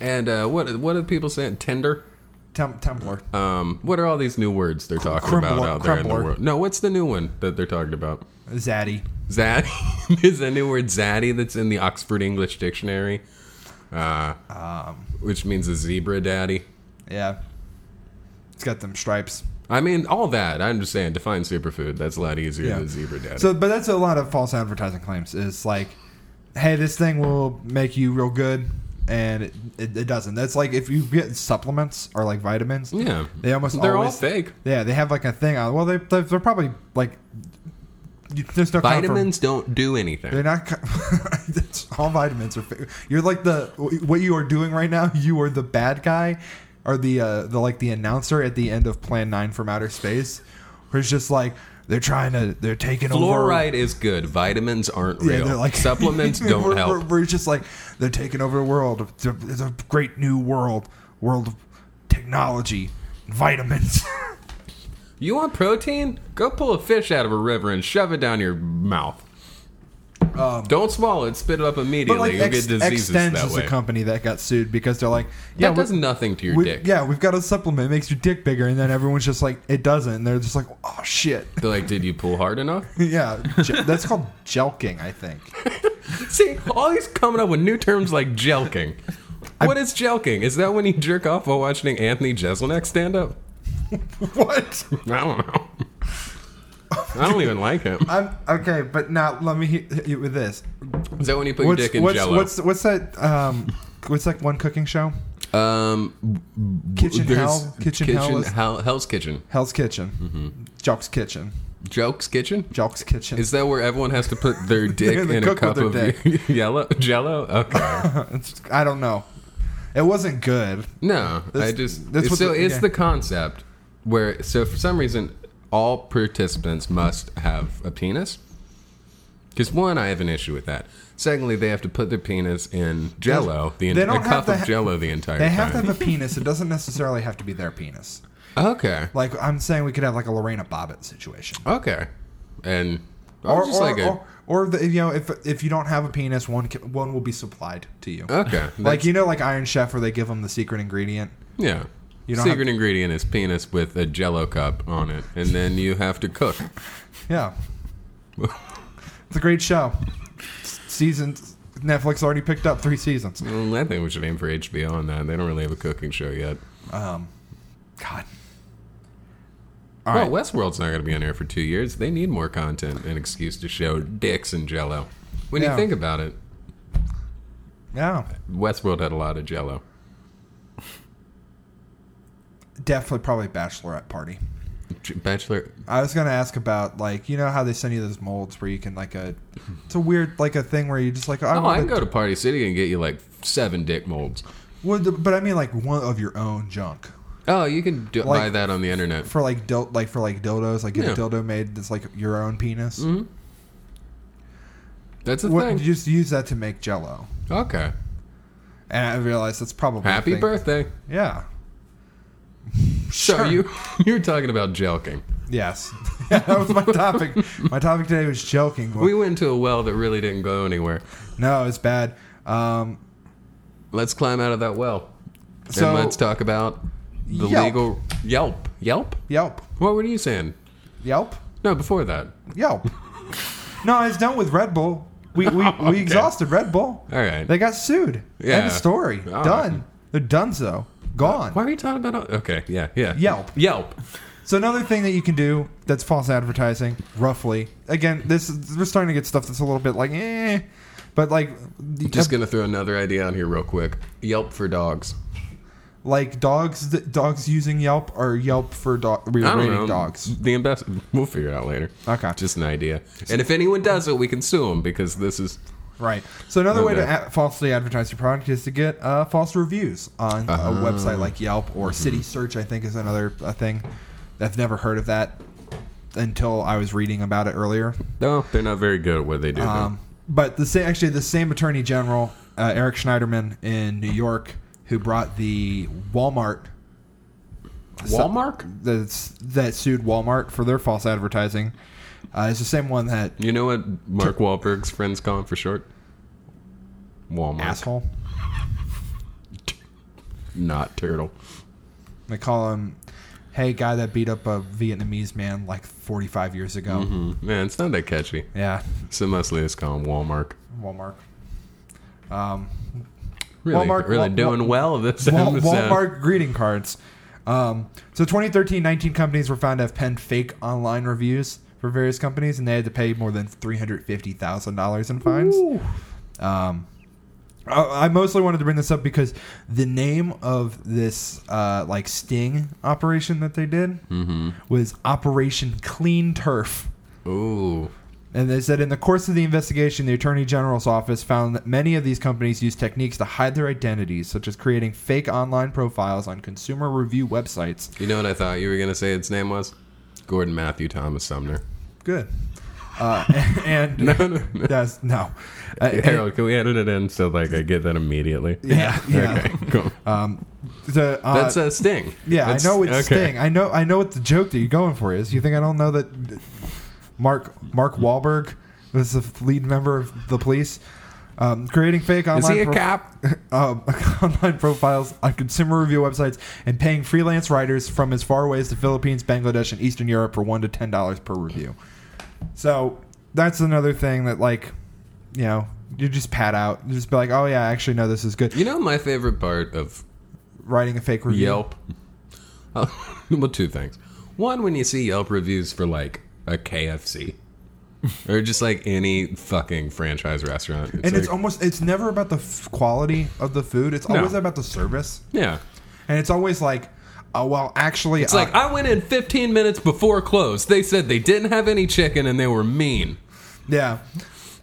[SPEAKER 1] and uh, what what are people saying? Tinder.
[SPEAKER 2] Tem- Templar.
[SPEAKER 1] Um, what are all these new words they're talking about
[SPEAKER 2] Crumbler-
[SPEAKER 1] out there in the
[SPEAKER 2] crumbler.
[SPEAKER 1] world? No, what's the new one that they're talking about?
[SPEAKER 2] Zaddy.
[SPEAKER 1] Zaddy is the new word zaddy that's in the Oxford English Dictionary, uh, which means a zebra daddy.
[SPEAKER 2] Yeah. It's got them stripes.
[SPEAKER 1] I mean, all that. I'm just saying, define superfood. That's a lot easier
[SPEAKER 2] Yeah.
[SPEAKER 1] than zebra daddy.
[SPEAKER 2] So, but that's a lot of false advertising claims. It's like, hey, this thing will make you real good, and it, it, it doesn't. That's like if you get supplements or like vitamins.
[SPEAKER 1] yeah,
[SPEAKER 2] They almost
[SPEAKER 1] they're
[SPEAKER 2] always,
[SPEAKER 1] all fake.
[SPEAKER 2] Yeah, they have like a thing on. Well, they they're, they're probably like you- there's no confirm-
[SPEAKER 1] Vitamins don't do anything.
[SPEAKER 2] They're not. co- it's- all vitamins are. Fake. You're like the what you are doing right now. You are the bad guy, or the uh, the like the announcer at the end of Plan Nine from Outer Space, who's just like they're trying to they're taking over.
[SPEAKER 1] Fluoride is good. Vitamins aren't real.
[SPEAKER 2] Yeah, they're like
[SPEAKER 1] supplements don't
[SPEAKER 2] we're,
[SPEAKER 1] help.
[SPEAKER 2] We're, we're just like they're taking over the world. It's a, it's a great new world, world of technology, vitamins.
[SPEAKER 1] You want protein? Go pull a fish out of a river and shove it down your mouth. Don't swallow it. Spit it up immediately. You'll
[SPEAKER 2] Um, Ex-
[SPEAKER 1] get diseases
[SPEAKER 2] Extends
[SPEAKER 1] that
[SPEAKER 2] is
[SPEAKER 1] way.
[SPEAKER 2] a company that got sued because they're like, yeah,
[SPEAKER 1] that
[SPEAKER 2] we-
[SPEAKER 1] does nothing to your
[SPEAKER 2] we-
[SPEAKER 1] dick.
[SPEAKER 2] yeah, we've got a supplement it makes your dick bigger, and then everyone's just like, it doesn't. And they're just like, oh shit,
[SPEAKER 1] They're like, did you pull hard enough?
[SPEAKER 2] yeah, je- that's called jelking, I think.
[SPEAKER 1] See, all these coming up with new terms like jelking. What is jelking? Is that when you jerk off while watching Anthony Jeselnik stand up?
[SPEAKER 2] What?
[SPEAKER 1] I don't know. I don't even like him.
[SPEAKER 2] I'm okay, but now let me hit you with this.
[SPEAKER 1] Is that when you put your
[SPEAKER 2] What's
[SPEAKER 1] dick in
[SPEAKER 2] what's,
[SPEAKER 1] jello?
[SPEAKER 2] what's what's that? Um, what's that one cooking show?
[SPEAKER 1] um,
[SPEAKER 2] Kitchen
[SPEAKER 1] there's
[SPEAKER 2] Hell. Kitchen, Hell. Is,
[SPEAKER 1] Hell- Hell's Kitchen.
[SPEAKER 2] Hell's Kitchen.
[SPEAKER 1] mm-hmm.
[SPEAKER 2] Jock's Kitchen.
[SPEAKER 1] Jokes Kitchen?
[SPEAKER 2] Jock's Kitchen.
[SPEAKER 1] Is that where everyone has to put their dick
[SPEAKER 2] have to
[SPEAKER 1] in a
[SPEAKER 2] cook with
[SPEAKER 1] cup
[SPEAKER 2] their
[SPEAKER 1] of yellow jello? Okay.
[SPEAKER 2] It's- I don't know. It wasn't good.
[SPEAKER 1] No, I
[SPEAKER 2] That's-
[SPEAKER 1] just
[SPEAKER 2] that's what
[SPEAKER 1] so
[SPEAKER 2] the-
[SPEAKER 1] it's
[SPEAKER 2] yeah.
[SPEAKER 1] the concept where so for some reason all participants must have a penis. Because one, I have an issue with that. Secondly, they have to put their penis in Jello, the en-
[SPEAKER 2] They don't
[SPEAKER 1] a
[SPEAKER 2] have
[SPEAKER 1] cup
[SPEAKER 2] to
[SPEAKER 1] of
[SPEAKER 2] ha-
[SPEAKER 1] Jello the entire
[SPEAKER 2] They
[SPEAKER 1] time.
[SPEAKER 2] have to have a penis. It doesn't necessarily have to be their penis.
[SPEAKER 1] okay,
[SPEAKER 2] Like I'm saying, we could have like a Lorena Bobbitt situation.
[SPEAKER 1] okay, and or,
[SPEAKER 2] Or
[SPEAKER 1] just
[SPEAKER 2] or,
[SPEAKER 1] like a,
[SPEAKER 2] or, or the, you know, if if you don't have a penis, one ca- one will be supplied to you.
[SPEAKER 1] okay,
[SPEAKER 2] like
[SPEAKER 1] Uh, that's-
[SPEAKER 2] you know, like Iron Chef, where they give them the secret ingredient.
[SPEAKER 1] yeah.
[SPEAKER 2] you don't have-
[SPEAKER 1] Secret ingredient is penis with a Jello cup on it, and then you have to cook.
[SPEAKER 2] Yeah. it's a great show. Seasons Netflix already picked up three seasons.
[SPEAKER 1] Well, I think we should aim for HBO on that. They don't really have a cooking show yet.
[SPEAKER 2] God.
[SPEAKER 1] well, Westworld's not going to be on air for two years. They need more content and excuse to show dicks and Jello. When you
[SPEAKER 2] Yeah.
[SPEAKER 1] think about it,
[SPEAKER 2] Yeah.
[SPEAKER 1] Westworld had a lot of Jello.
[SPEAKER 2] Definitely probably bachelorette party.
[SPEAKER 1] J- Bachelor,
[SPEAKER 2] I was gonna ask about like you know how they send you those molds where you can like a it's a weird like a thing where you just like I
[SPEAKER 1] oh, I
[SPEAKER 2] want
[SPEAKER 1] can
[SPEAKER 2] to
[SPEAKER 1] go to Party City and get you like seven dick molds.
[SPEAKER 2] would but I mean like one of your own junk
[SPEAKER 1] Oh, you can do,
[SPEAKER 2] Like-
[SPEAKER 1] buy that on the internet.
[SPEAKER 2] for like dil- like for like dildos like get
[SPEAKER 1] Yeah.
[SPEAKER 2] a dildo made that's like your own penis.
[SPEAKER 1] That's a
[SPEAKER 2] What,
[SPEAKER 1] thing.
[SPEAKER 2] you just use that to make Jello,
[SPEAKER 1] okay.
[SPEAKER 2] and I realized that's probably a
[SPEAKER 1] Happy
[SPEAKER 2] thing.
[SPEAKER 1] birthday.
[SPEAKER 2] Yeah.
[SPEAKER 1] So you you're talking about jelking.
[SPEAKER 2] Yes, that was my topic. my topic today was joking.
[SPEAKER 1] We went to a well that really didn't go anywhere.
[SPEAKER 2] no, it's bad. Um,
[SPEAKER 1] Let's climb out of that well.
[SPEAKER 2] So-
[SPEAKER 1] and let's talk about the
[SPEAKER 2] Yelp.
[SPEAKER 1] legal Yelp. Yelp?
[SPEAKER 2] Yelp,
[SPEAKER 1] What were you saying?
[SPEAKER 2] Yelp,
[SPEAKER 1] No, before that.
[SPEAKER 2] Yelp. no, I was done with Red Bull. We we, we exhausted Red Bull.
[SPEAKER 1] All right.
[SPEAKER 2] They got sued.
[SPEAKER 1] Yeah.
[SPEAKER 2] End of story.
[SPEAKER 1] Oh.
[SPEAKER 2] Done. They're done. So gone.
[SPEAKER 1] Why are you talking about? Okay, yeah, yeah.
[SPEAKER 2] Yelp.
[SPEAKER 1] Yelp.
[SPEAKER 2] So another thing that you can do that's false advertising, roughly. Again, this is, we're starting to get stuff that's a little bit like eh, but like
[SPEAKER 1] Just gonna throw another idea out here real quick. Yelp for dogs.
[SPEAKER 2] like dogs that dogs using Yelp or Yelp for dog
[SPEAKER 1] I don't
[SPEAKER 2] rating
[SPEAKER 1] know.
[SPEAKER 2] dogs.
[SPEAKER 1] The invest. We'll figure it out later.
[SPEAKER 2] Okay.
[SPEAKER 1] Just an idea. And if anyone does it, we can sue them because this is.
[SPEAKER 2] Right. So another way to
[SPEAKER 1] Okay.
[SPEAKER 2] a- falsely advertise your product is to get uh, false reviews on a website like Yelp or City Search. I think is another uh thing. I've never heard of that until I was reading about it earlier.
[SPEAKER 1] No, they're not very good at what they do. though.
[SPEAKER 2] Um, but the sa- actually the same Attorney General uh, Eric Schneiderman in New York, who brought the Walmart
[SPEAKER 1] Walmart.
[SPEAKER 2] that's, that sued Walmart for their false advertising, uh, is the same one that
[SPEAKER 1] you know what Mark Wahlberg's friends call him for short? Walmart.
[SPEAKER 2] asshole.
[SPEAKER 1] Not turtle.
[SPEAKER 2] They call him, "Hey, guy that beat up a Vietnamese man like 45 years ago."
[SPEAKER 1] Mm, Man, it's not that catchy.
[SPEAKER 2] Yeah,
[SPEAKER 1] So mostly it's called Walmart.
[SPEAKER 2] Walmart. Um,
[SPEAKER 1] Really,
[SPEAKER 2] Walmart-
[SPEAKER 1] really
[SPEAKER 2] Wal-
[SPEAKER 1] doing well this
[SPEAKER 2] Wal-
[SPEAKER 1] episode.
[SPEAKER 2] Walmart greeting cards. Um, so 2013, 19 companies were found to have penned fake online reviews for various companies, and they had to pay more than $350,000 in fines. Um, I I mostly wanted to bring this up because the name of this uh, like sting operation that they did was Operation Clean Turf.
[SPEAKER 1] Ooh.
[SPEAKER 2] And they said in the course of the investigation, the Attorney General's office found that many of these companies use techniques to hide their identities, such as creating fake online profiles on consumer review websites.
[SPEAKER 1] You know what I thought you were gonna say its name was? Gordon Matthew Thomas Sumner.
[SPEAKER 2] Good. Uh, and that's no. Uh, and-
[SPEAKER 1] Harold, can we edit it in so like I get that immediately?
[SPEAKER 2] yeah, yeah.
[SPEAKER 1] Okay, cool.
[SPEAKER 2] The, uh,
[SPEAKER 1] That's a sting.
[SPEAKER 2] yeah,
[SPEAKER 1] That's-
[SPEAKER 2] I know it's
[SPEAKER 1] okay.
[SPEAKER 2] sting. I know, I know what the joke that you're going for is. You think I don't know that Mark Mark Wahlberg was the lead member of the police, um, creating fake online.
[SPEAKER 1] Is he a
[SPEAKER 2] pro-
[SPEAKER 1] cop?
[SPEAKER 2] um, online profiles on consumer review websites and paying freelance writers from as far away as the Philippines, Bangladesh, and Eastern Europe for one to ten dollars per review. So that's another thing that, like, you know, you just pat out, you just be like, "Oh yeah, I actually know this is good."
[SPEAKER 1] You know my favorite part of
[SPEAKER 2] Writing a fake review.
[SPEAKER 1] Yelp. Uh, well, two things. One, when you see Yelp reviews for like a KFC or just like any fucking franchise restaurant.
[SPEAKER 2] and it's
[SPEAKER 1] like-
[SPEAKER 2] almost it's never about the f- quality of the food. It's
[SPEAKER 1] No.
[SPEAKER 2] always about the service,
[SPEAKER 1] yeah.
[SPEAKER 2] and it's always like, oh well, actually,
[SPEAKER 1] It's like I went in 15 minutes before close. They said they didn't have any chicken and they were mean.
[SPEAKER 2] yeah.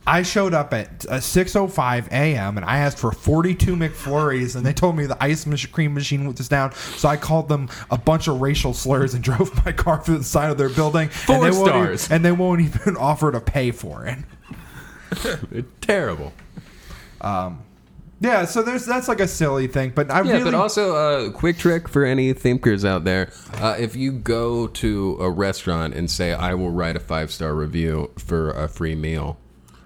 [SPEAKER 2] I showed up at uh, 6:05 a.m. and I asked for 42 McFlurries, and they told me the ice mach- cream machine was down. So I called them a bunch of racial slurs and drove my car through the side of their building. and
[SPEAKER 1] Four
[SPEAKER 2] they won't e-
[SPEAKER 1] stars.
[SPEAKER 2] and they won't even offer to pay for it.
[SPEAKER 1] They're terrible.
[SPEAKER 2] Yeah, so there's that's like a silly thing, but I
[SPEAKER 1] Yeah,
[SPEAKER 2] really
[SPEAKER 1] but also a uh, quick trick for any thinkers out there: uh, if you go to a restaurant and say, "I will write a five star review for a free meal,"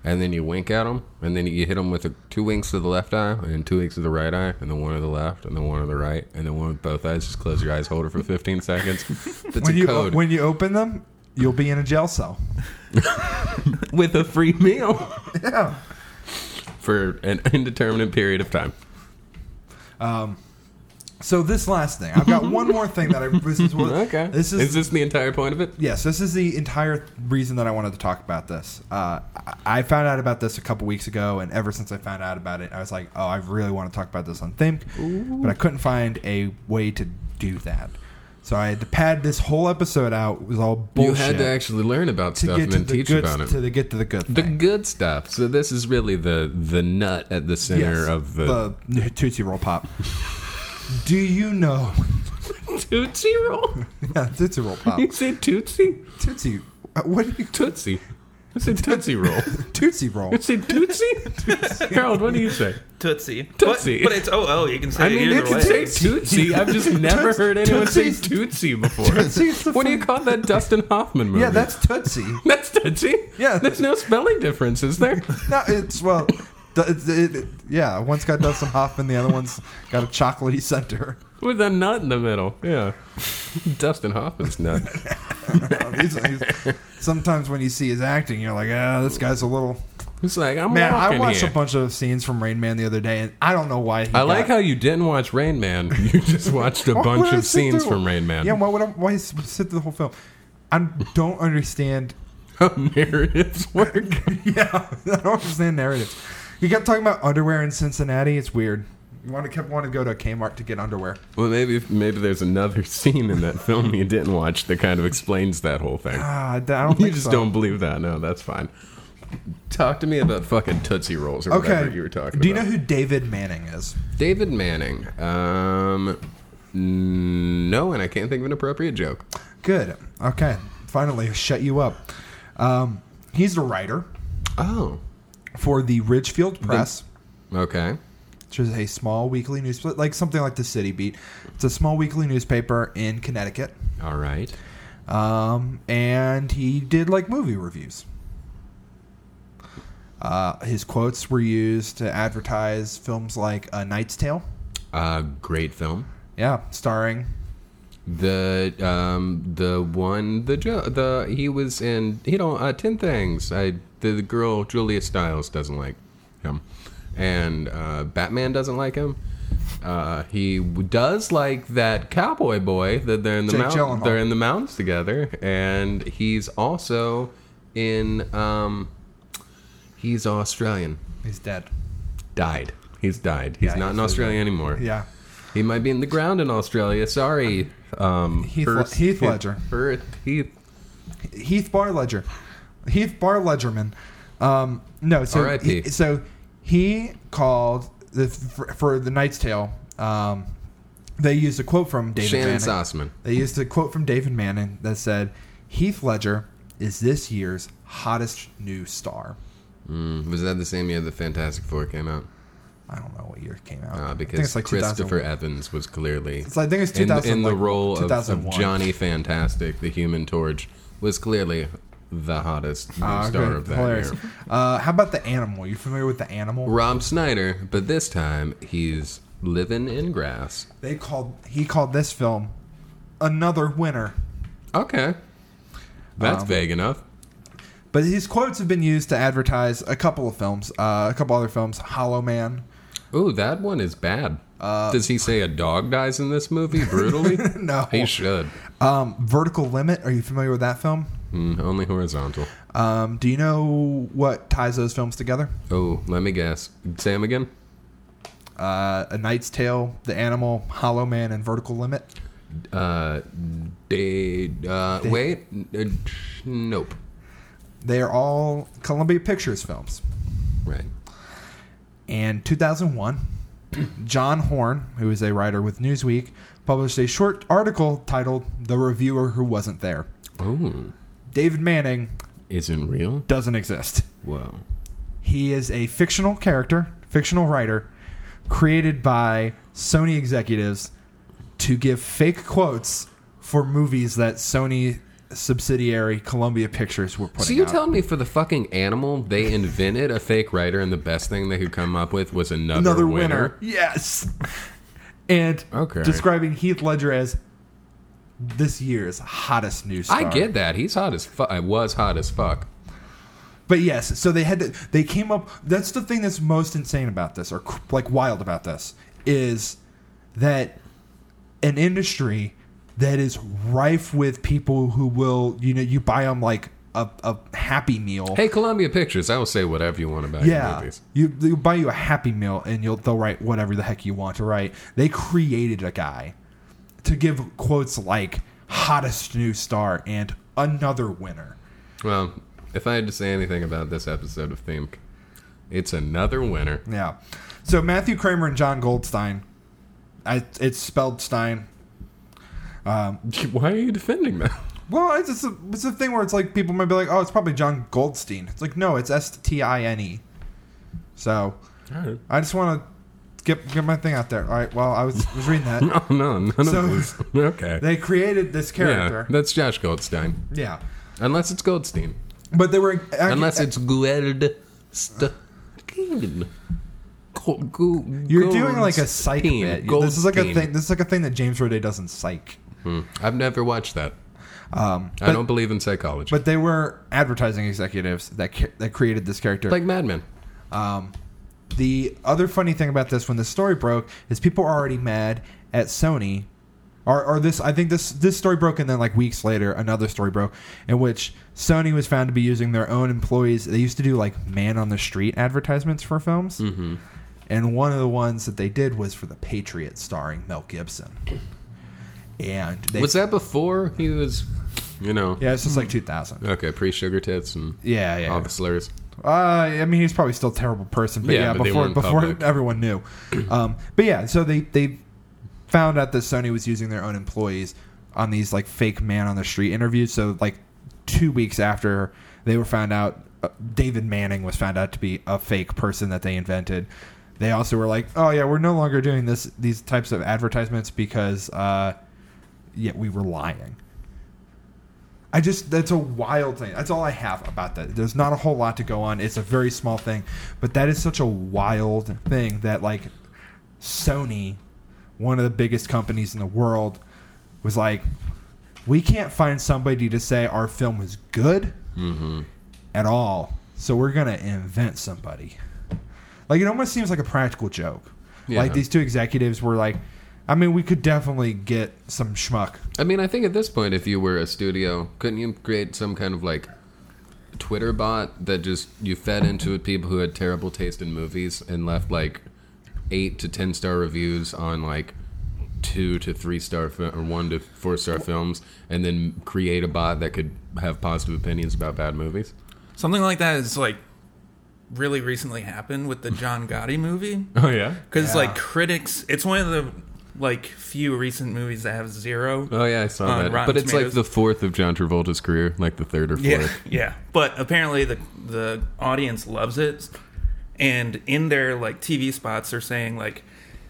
[SPEAKER 1] and then you wink at them, and then you hit them with a, two winks to the left eye, and two winks to the right eye, and then one to the left, and then one to the right, and then one with both eyes. Just close your eyes, hold it for 15 seconds. That's
[SPEAKER 2] when
[SPEAKER 1] a
[SPEAKER 2] you
[SPEAKER 1] code
[SPEAKER 2] when you open them, you'll be in a jail cell.
[SPEAKER 1] with a free meal
[SPEAKER 2] Yeah.
[SPEAKER 1] for an indeterminate period of time.
[SPEAKER 2] So this last thing, I've got one more thing that I this is what,
[SPEAKER 1] Okay,
[SPEAKER 2] This is,
[SPEAKER 1] is this the entire point of it?
[SPEAKER 2] yes, this is the entire reason that I wanted to talk about this. Uh, I- I found out about this a couple weeks ago, and ever since I found out about it, I was like, oh, I really want to talk about this on Think, but I couldn't find a way to do that. So I had to pad this whole episode out. It was all
[SPEAKER 1] You
[SPEAKER 2] bullshit.
[SPEAKER 1] had to actually learn about
[SPEAKER 2] to
[SPEAKER 1] stuff
[SPEAKER 2] get
[SPEAKER 1] and
[SPEAKER 2] to
[SPEAKER 1] then
[SPEAKER 2] the
[SPEAKER 1] teach
[SPEAKER 2] good,
[SPEAKER 1] about it.
[SPEAKER 2] to the, get to the good
[SPEAKER 1] the
[SPEAKER 2] thing.
[SPEAKER 1] good stuff. So this is really the the nut at the center
[SPEAKER 2] Yes,
[SPEAKER 1] of the,
[SPEAKER 2] the Tootsie Roll Pop. Do you know?
[SPEAKER 1] Tootsie roll.
[SPEAKER 2] Yeah, Tootsie Roll Pop.
[SPEAKER 1] You say Tootsie?
[SPEAKER 2] Tootsie. uh, What do you
[SPEAKER 1] Tootsie. I said Tootsie roll.
[SPEAKER 2] Tootsie Roll?
[SPEAKER 1] I said Tootsie. Harold, what do you say?
[SPEAKER 3] Tootsie. But-
[SPEAKER 1] Tootsie.
[SPEAKER 3] But, it's oh oh. You can say
[SPEAKER 1] I mean,
[SPEAKER 3] it
[SPEAKER 1] you
[SPEAKER 3] either
[SPEAKER 1] can say
[SPEAKER 3] way.
[SPEAKER 1] Tootsie. I've just never
[SPEAKER 2] Toots-
[SPEAKER 1] heard anyone say
[SPEAKER 2] Tootsie's-
[SPEAKER 1] Tootsie before.
[SPEAKER 2] Tootsie's the
[SPEAKER 1] What do you
[SPEAKER 2] fr-
[SPEAKER 1] call that Dustin Hoffman movie?
[SPEAKER 2] Yeah, that's Tootsie.
[SPEAKER 1] that's Tootsie.
[SPEAKER 2] Yeah.
[SPEAKER 1] there's no spelling difference, is there?
[SPEAKER 2] No, it's well, th- it's- it, it, yeah. One's got Dustin Hoffman, the other one's got a chocolatey center.
[SPEAKER 1] With a nut in the middle. Yeah, Dustin Hoffman's nut.
[SPEAKER 2] He's- he's- sometimes when you see his acting, you're like, ah, this guy's a little.
[SPEAKER 1] It's like I'm
[SPEAKER 2] Man, I
[SPEAKER 1] walking
[SPEAKER 2] watched
[SPEAKER 1] here.
[SPEAKER 2] a bunch of scenes from Rain Man the other day, and I don't know why. He
[SPEAKER 1] I
[SPEAKER 2] got-
[SPEAKER 1] like how you didn't watch Rain Man. You just watched a
[SPEAKER 2] Why would
[SPEAKER 1] bunch
[SPEAKER 2] I
[SPEAKER 1] of
[SPEAKER 2] sit
[SPEAKER 1] scenes
[SPEAKER 2] through-
[SPEAKER 1] from Rain Man.
[SPEAKER 2] Yeah, why would I? Why s- sit through the whole film? I don't understand
[SPEAKER 1] How narratives work.
[SPEAKER 2] Yeah, I don't understand narratives. You kept talking about underwear in Cincinnati. It's weird. You want to kept wanting to go to Kmart to get underwear.
[SPEAKER 1] well, maybe maybe there's another scene in that film you didn't watch that kind of explains that whole thing.
[SPEAKER 2] Ah, I don't.
[SPEAKER 1] You
[SPEAKER 2] think
[SPEAKER 1] just
[SPEAKER 2] so.
[SPEAKER 1] don't believe that. No, that's fine. Talk to me about fucking Tootsie Rolls or
[SPEAKER 2] Okay.
[SPEAKER 1] whatever you were talking
[SPEAKER 2] Do you
[SPEAKER 1] about.
[SPEAKER 2] know who David Manning is?
[SPEAKER 1] David Manning. Um, n- no, and I can't think of an appropriate joke.
[SPEAKER 2] Good. Okay. Finally, shut you up. Um, he's a writer
[SPEAKER 1] Oh,
[SPEAKER 2] for the Ridgefield Press,
[SPEAKER 1] okay.
[SPEAKER 2] which is a small weekly newspaper, like something like the City Beat. It's a small weekly newspaper in Connecticut.
[SPEAKER 1] All right.
[SPEAKER 2] Um, and he did like movie reviews. Uh, his quotes were used to advertise films like A Knight's Tale.
[SPEAKER 1] Uh, great film.
[SPEAKER 2] Yeah, starring.
[SPEAKER 1] The um the one the jo- the he was in you know uh, ten things I the, the girl Julia Stiles doesn't like him and uh, Batman doesn't like him uh, he w- does like that cowboy boy that they're in the
[SPEAKER 2] Jake
[SPEAKER 1] mountains
[SPEAKER 2] Gyllenhaal.
[SPEAKER 1] they're in the mountains together and he's also in um he's Australian
[SPEAKER 2] He's dead.
[SPEAKER 1] died he's died he's
[SPEAKER 2] Yeah,
[SPEAKER 1] not
[SPEAKER 2] he's
[SPEAKER 1] in
[SPEAKER 2] dead.
[SPEAKER 1] Australia anymore
[SPEAKER 2] Yeah.
[SPEAKER 1] he might be in the ground in Australia. Sorry, um,
[SPEAKER 2] Heath-
[SPEAKER 1] Heath,
[SPEAKER 2] Heath Ledger.
[SPEAKER 1] Heath, Heath.
[SPEAKER 2] Heath Barledger. Heath Barledgerman. Um, no, so
[SPEAKER 1] R.I.P..
[SPEAKER 2] he, so he called the for, for the Knight's Tale. Um, they used a quote from David
[SPEAKER 1] Shannon
[SPEAKER 2] Manning.
[SPEAKER 1] Sossman.
[SPEAKER 2] They used a quote from David Manning that said, "Heath Ledger is this year's hottest new star."
[SPEAKER 1] Mm, was that the same year the Fantastic Four came out?
[SPEAKER 2] I don't know what year it came out. I
[SPEAKER 1] Uh,
[SPEAKER 2] think
[SPEAKER 1] because
[SPEAKER 2] it's like 2000
[SPEAKER 1] Christopher Evans was clearly
[SPEAKER 2] It's like- I think it's
[SPEAKER 1] in,
[SPEAKER 2] 2000,
[SPEAKER 1] in the
[SPEAKER 2] like,
[SPEAKER 1] role of- of,
[SPEAKER 2] 2001.
[SPEAKER 1] Johnny Fantastic, the Human Torch, was clearly the hottest new
[SPEAKER 2] Ah,
[SPEAKER 1] star
[SPEAKER 2] good.
[SPEAKER 1] of that
[SPEAKER 2] Hilarious.
[SPEAKER 1] year.
[SPEAKER 2] Uh, how about the animal? You familiar with the animal?
[SPEAKER 1] Rob Snyder, but this time he's living in grass.
[SPEAKER 2] They called he called this film another winner.
[SPEAKER 1] Okay,
[SPEAKER 2] Um,
[SPEAKER 1] that's vague enough.
[SPEAKER 2] But his quotes have been used to advertise a couple of films, uh, a couple other films, Hollow Man.
[SPEAKER 1] Ooh, that one is bad.
[SPEAKER 2] Uh,
[SPEAKER 1] Does he say a dog dies in this movie brutally?
[SPEAKER 2] No.
[SPEAKER 1] He should.
[SPEAKER 2] Um, Vertical Limit. Are you familiar with that film?
[SPEAKER 1] Mm, only horizontal.
[SPEAKER 2] Um, do you know what ties those films together?
[SPEAKER 1] Oh, let me guess. Sam again?
[SPEAKER 2] Uh, A Knight's Tale, The Animal, Hollow Man, and Vertical Limit.
[SPEAKER 1] Uh, they, uh, wait. Uh, nope.
[SPEAKER 2] They are all Columbia Pictures films.
[SPEAKER 1] Right.
[SPEAKER 2] And 2001, John Horn, who is a writer with Newsweek, published a short article titled "The Reviewer Who Wasn't There."
[SPEAKER 1] Oh,
[SPEAKER 2] David Manning
[SPEAKER 1] isn't real?
[SPEAKER 2] doesn't exist.
[SPEAKER 1] Whoa.
[SPEAKER 2] He is a fictional character, fictional writer, created by Sony executives to give fake quotes for movies that Sony subsidiary Columbia Pictures were putting
[SPEAKER 1] So you
[SPEAKER 2] out.
[SPEAKER 1] telling me for the fucking animal they invented a fake writer and the best thing they could come up with was another,
[SPEAKER 2] another
[SPEAKER 1] winner?
[SPEAKER 2] winner. Yes. And
[SPEAKER 1] Okay.
[SPEAKER 2] describing Heath Ledger as this year's hottest news star.
[SPEAKER 1] I get that. He's hot as fuck. I was hot as fuck.
[SPEAKER 2] But yes, so they had to, they came up. That's the thing that's most insane about this, or cr- like wild about this, is that an industry that is rife with people who will, you know, you buy them like a, a happy meal.
[SPEAKER 1] Hey, Columbia Pictures, I will say whatever you want about your
[SPEAKER 2] yeah,
[SPEAKER 1] movies.
[SPEAKER 2] you they'll buy you a happy meal, and you'll they'll write whatever the heck you want to write. They created a guy to give quotes like "hottest new star" and "another winner."
[SPEAKER 1] Well, if I had to say anything about this episode of Think, it's another winner.
[SPEAKER 2] Yeah. So Matthew Kramer and John Goldstein. I, it's spelled Stein.
[SPEAKER 1] Why are you defending them?
[SPEAKER 2] Well, it's just a, it's a thing where it's like people might be like, oh, it's probably John Goldstein. It's like, no, it's S T I N E. So
[SPEAKER 1] Alright.
[SPEAKER 2] I just want to get, get my thing out there. All right. Well, I was, was reading that.
[SPEAKER 1] Oh no, none
[SPEAKER 2] So-
[SPEAKER 1] of those. Okay.
[SPEAKER 2] They created this
[SPEAKER 1] yeah,
[SPEAKER 2] character. Yeah.
[SPEAKER 1] that's Josh Goldstein. Unless it's Goldstein.
[SPEAKER 2] But they were.
[SPEAKER 1] Unless it's Goldstein.
[SPEAKER 2] You're doing like a psych bit. This is like a thing. This is like a thing that James Roday does in psych.
[SPEAKER 1] I've never watched that. Um, I don't believe in psychology.
[SPEAKER 2] But they were advertising executives that ca- that created this character.
[SPEAKER 1] like Mad Men.
[SPEAKER 2] The other funny thing about this, when the story broke, is people are already mad at Sony. Or, or this, I think this this story broke, and then like weeks later, another story broke, in which Sony was found to be using their own employees. They used to do like man on the street advertisements for films, mm-hmm. and one of the ones that they did was for the Patriot, starring Mel Gibson. And they,
[SPEAKER 1] Was that before he was, you know,
[SPEAKER 2] yeah, it's just like 2000.
[SPEAKER 1] okay, pre sugar tits and
[SPEAKER 2] Yeah, yeah.
[SPEAKER 1] all the slurs?
[SPEAKER 2] Uh, I mean, he's probably still a terrible person, but yeah,
[SPEAKER 1] Yeah, but they
[SPEAKER 2] before
[SPEAKER 1] weren't
[SPEAKER 2] before
[SPEAKER 1] public.
[SPEAKER 2] everyone knew. Um, but yeah, so they they found out that Sony was using their own employees on these like fake man on the street interviews. So like two weeks after they were found out, uh, David Manning was found out to be a fake person that they invented. They also were like, oh yeah, we're no longer doing this these types of advertisements because uh, yeah, we were lying. I just that's a wild thing. That's all I have about that. There's not a whole lot to go on. It's a very small thing, but that is such a wild thing that like Sony, one of the biggest companies in the world, was like, we can't find somebody to say our film was good at all, so we're gonna invent somebody. Like it almost seems like a practical joke. Like
[SPEAKER 1] Yeah.
[SPEAKER 2] these two executives were like, I mean, we could definitely get some schmuck.
[SPEAKER 1] I mean, I think at this point, if you were a studio, couldn't you create some kind of like Twitter bot that just you fed into it people who had terrible taste in movies and left like eight to ten star reviews on like two to three star fi- or one to four star films, and then create a bot that could have positive opinions about bad movies?
[SPEAKER 3] Something like that is like really recently happened with the John Gotti movie.
[SPEAKER 1] Oh yeah.
[SPEAKER 3] Because like critics, it's one of the like few recent movies that have zero.
[SPEAKER 1] Oh yeah, I saw
[SPEAKER 3] On
[SPEAKER 1] that.
[SPEAKER 3] Rotten
[SPEAKER 1] But it's like
[SPEAKER 3] Tomatoes.
[SPEAKER 1] the fourth of John Travolta's career, like the third or fourth.
[SPEAKER 3] yeah, yeah. But apparently the the audience loves it, and in their like TV spots, they're saying like,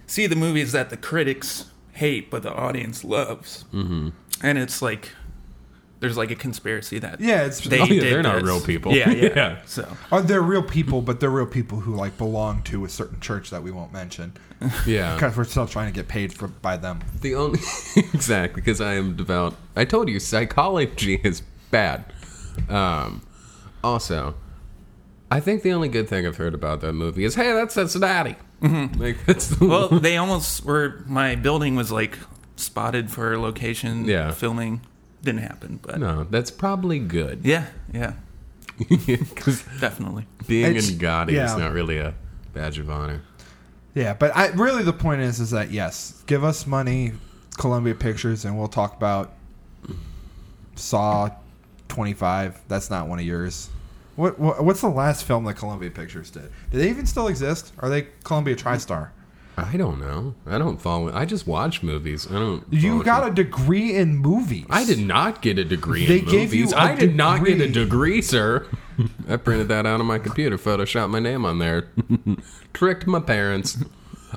[SPEAKER 3] "See the movies that the critics hate, but the audience loves." Mm-hmm. And it's like. There's like a conspiracy that
[SPEAKER 2] Yeah, it's-
[SPEAKER 3] they
[SPEAKER 2] Oh,
[SPEAKER 1] yeah,
[SPEAKER 3] did
[SPEAKER 1] they're not
[SPEAKER 3] this.
[SPEAKER 1] real people.
[SPEAKER 3] Yeah, yeah.
[SPEAKER 1] Yeah.
[SPEAKER 3] So
[SPEAKER 2] Are Uh, they're real people, but they're real people who like belong to a certain church that we won't mention
[SPEAKER 1] Yeah.
[SPEAKER 2] because we're still trying to get paid for by them.
[SPEAKER 1] The only exactly because I am devout. I told you psychology is bad. Um, also, I think the only good thing I've heard about that movie is hey, that's Cincinnati.
[SPEAKER 2] Mm-hmm.
[SPEAKER 1] Like that's the
[SPEAKER 3] Well, they almost were. My building was like spotted for location
[SPEAKER 1] Yeah.
[SPEAKER 3] filming. didn't happen, but
[SPEAKER 1] No, that's probably good.
[SPEAKER 3] yeah, yeah,
[SPEAKER 1] 'Cause
[SPEAKER 3] definitely.
[SPEAKER 1] being
[SPEAKER 2] It's-
[SPEAKER 1] in Gotti
[SPEAKER 2] yeah.
[SPEAKER 1] is not really a badge of honor.
[SPEAKER 2] Yeah, but I really the point is is that yes, give us money, Columbia Pictures, and we'll talk about Saw twenty five. That's not one of yours. What, what what's the last film that Columbia Pictures did? Do they even still exist? Are they Columbia TriStar?
[SPEAKER 1] I don't know. I don't follow. I just watch movies. I don't.
[SPEAKER 2] You
[SPEAKER 1] follow-
[SPEAKER 2] got a degree in movies.
[SPEAKER 1] I did not get a degree
[SPEAKER 2] They
[SPEAKER 1] in
[SPEAKER 2] gave you
[SPEAKER 1] movies.
[SPEAKER 2] a
[SPEAKER 1] I did not get a
[SPEAKER 2] degree.
[SPEAKER 1] degree, sir. I printed that out on my computer, photoshopped my name on there, tricked my parents.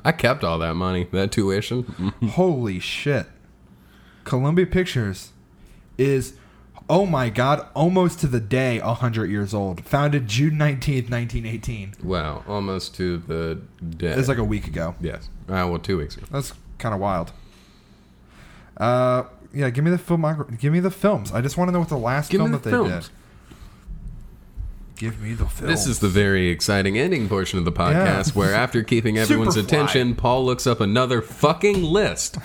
[SPEAKER 1] I kept all that money, that tuition.
[SPEAKER 2] Holy shit! Columbia Pictures is oh my god, almost to the day hundred years old. Founded June nineteenth, nineteen eighteen.
[SPEAKER 1] Wow, almost to the dead.
[SPEAKER 2] It's like a week ago.
[SPEAKER 1] yes. Uh, well, two weeks ago.
[SPEAKER 2] That's kind of wild. Uh, yeah. Give me the filmography. Give me the films. I just want to know what the last
[SPEAKER 1] Give me
[SPEAKER 2] film
[SPEAKER 1] the
[SPEAKER 2] that they
[SPEAKER 1] films.
[SPEAKER 2] did. Give me the film.
[SPEAKER 1] This is the very exciting ending portion of the podcast
[SPEAKER 2] Yeah.
[SPEAKER 1] where, after keeping everyone's
[SPEAKER 2] Superfly.
[SPEAKER 1] attention, Paul looks up another fucking list.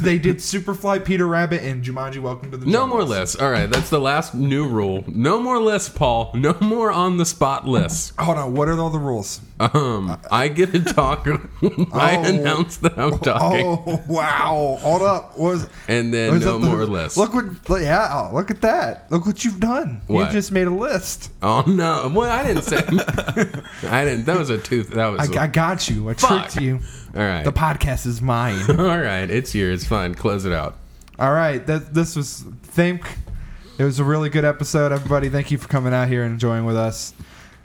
[SPEAKER 2] they did Superfly, Peter Rabbit, and Jumanji: Welcome to the
[SPEAKER 1] No
[SPEAKER 2] Jungle.
[SPEAKER 1] more lists. All right, that's the last new rule. No more lists, Paul. No more on the spot lists.
[SPEAKER 2] Hold on. What are all the rules?
[SPEAKER 1] Um, I get to talk. I
[SPEAKER 2] Oh.
[SPEAKER 1] announce that I'm talking,
[SPEAKER 2] Oh wow! Hold up. What was
[SPEAKER 1] and then
[SPEAKER 2] was
[SPEAKER 1] no
[SPEAKER 2] that the-
[SPEAKER 1] more lists.
[SPEAKER 2] Look what. look- Yeah. oh, Look at that. Look what you've done.
[SPEAKER 1] What?
[SPEAKER 2] You just made a list.
[SPEAKER 1] Oh no! Well, I didn't say. I didn't. That was a tooth. That was.
[SPEAKER 2] I, I got you. I
[SPEAKER 1] Fuck.
[SPEAKER 2] tricked you.
[SPEAKER 1] all right.
[SPEAKER 2] The podcast is mine.
[SPEAKER 1] all right. It's yours. Fine. Close it out.
[SPEAKER 2] All right, that this was think it was a really good episode, everybody. Thank you for coming out here and enjoying with us.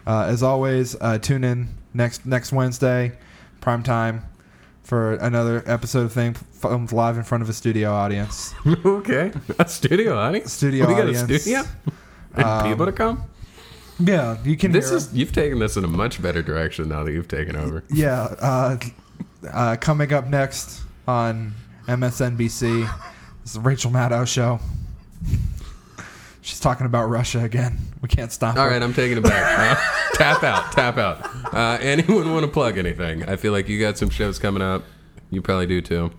[SPEAKER 2] Uh, as always, uh, tune in next next Wednesday, prime time, for another episode of Think filmed live in front of a studio audience.
[SPEAKER 1] okay. A studio audience.
[SPEAKER 2] Studio
[SPEAKER 1] We got a
[SPEAKER 2] audience. Um,
[SPEAKER 1] studio. And people to come.
[SPEAKER 2] Yeah, you can.
[SPEAKER 1] This
[SPEAKER 2] hear
[SPEAKER 1] is you've taken this in a much better direction now that you've taken over.
[SPEAKER 2] yeah. Uh, uh, coming up next on MSNBC is the Rachel Maddow show. She's talking about Russia again. We can't stop.
[SPEAKER 1] All
[SPEAKER 2] her.
[SPEAKER 1] right, I'm taking it back. Uh, tap out, tap out. Uh, anyone want to plug anything? I feel like you got some shows coming up. You probably do too.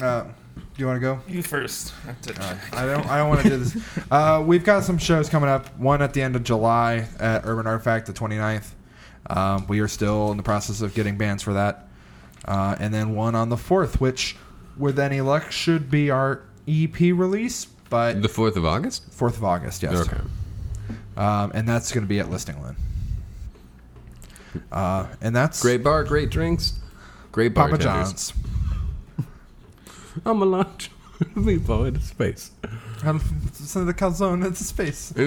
[SPEAKER 2] Uh, do you want to go?
[SPEAKER 3] You first. I have to-
[SPEAKER 2] I don't. I don't want to do this. Uh, we've got some shows coming up. One at the end of July at Urban Artifact, the 29th. Um, we are still in the process of getting bands for that, uh, and then one on the fourth, which, with any luck, should be our EP release. But
[SPEAKER 1] The fourth of August.
[SPEAKER 2] fourth of August, yes.
[SPEAKER 1] Okay.
[SPEAKER 2] Um, and that's going to be at Listingland. Uh, and that's
[SPEAKER 1] Great bar, great drinks, great
[SPEAKER 2] Papa
[SPEAKER 1] bartenders.
[SPEAKER 2] John's.
[SPEAKER 1] I'm a lunch meatball into space.
[SPEAKER 2] Send Um, the calzone into space.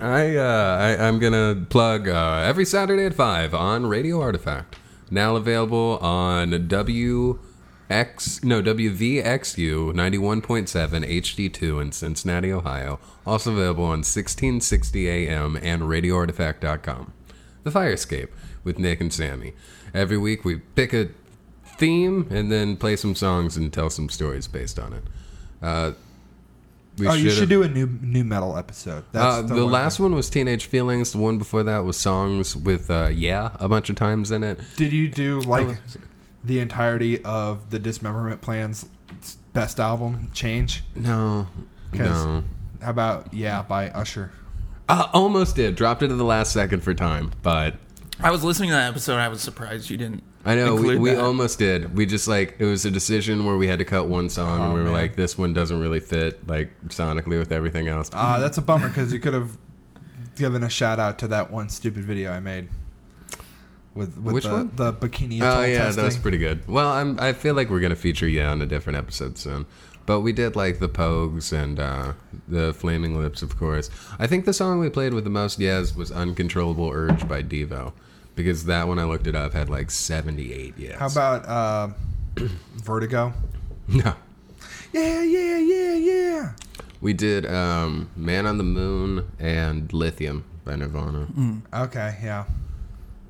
[SPEAKER 1] I, uh, I I'm gonna plug uh, every Saturday at five on Radio Artifact. Now available on WX no WVXU ninety one point seven HD two in Cincinnati, Ohio. Also available on sixteen sixty AM and RadioArtifact.com. The Fire Escape with Nick and Sammy. Every week we pick a theme and then play some songs and tell some stories based on it. Uh, we
[SPEAKER 2] Oh, you
[SPEAKER 1] should've-
[SPEAKER 2] should do a new new metal episode.
[SPEAKER 1] uh, the
[SPEAKER 2] one.
[SPEAKER 1] last one was Teenage Feelings. The one before that was songs with uh, "Yeah" a bunch of times in it.
[SPEAKER 2] Did you do
[SPEAKER 1] Oh,
[SPEAKER 2] like the entirety of the Dismemberment Plan's best album, Change?
[SPEAKER 1] No,
[SPEAKER 2] 'Cause-
[SPEAKER 1] no.
[SPEAKER 2] How about Yeah by Usher?
[SPEAKER 1] Uh, almost did. Dropped it at the last second for time, but
[SPEAKER 3] I was listening to that episode. I was surprised you didn't.
[SPEAKER 1] I know we,
[SPEAKER 3] include
[SPEAKER 1] we
[SPEAKER 3] that.
[SPEAKER 1] almost did. We just like it was a decision where we had to cut one song, and we were like, "This one doesn't really fit like sonically with everything else."
[SPEAKER 2] Ah, that's a bummer because you could have given a shout out to that one stupid video I made with with
[SPEAKER 1] Which
[SPEAKER 2] the,
[SPEAKER 1] one?
[SPEAKER 2] the bikini.
[SPEAKER 1] Oh
[SPEAKER 2] atoll
[SPEAKER 1] yeah,
[SPEAKER 2] testing.
[SPEAKER 1] that was pretty good. Well, I'm, I feel like we're gonna feature you on a different episode soon. But we did like the Pogues and uh, the Flaming Lips, of course. I think the song we played with the most yes was "Uncontrollable Urge" by Devo, because that one I looked it up had like 78 yes.
[SPEAKER 2] How about uh, Vertigo?
[SPEAKER 1] no?
[SPEAKER 2] Yeah, yeah, yeah, yeah.
[SPEAKER 1] We did um, "Man on the Moon" and "Lithium" by Nirvana.
[SPEAKER 2] Mm. Okay, yeah.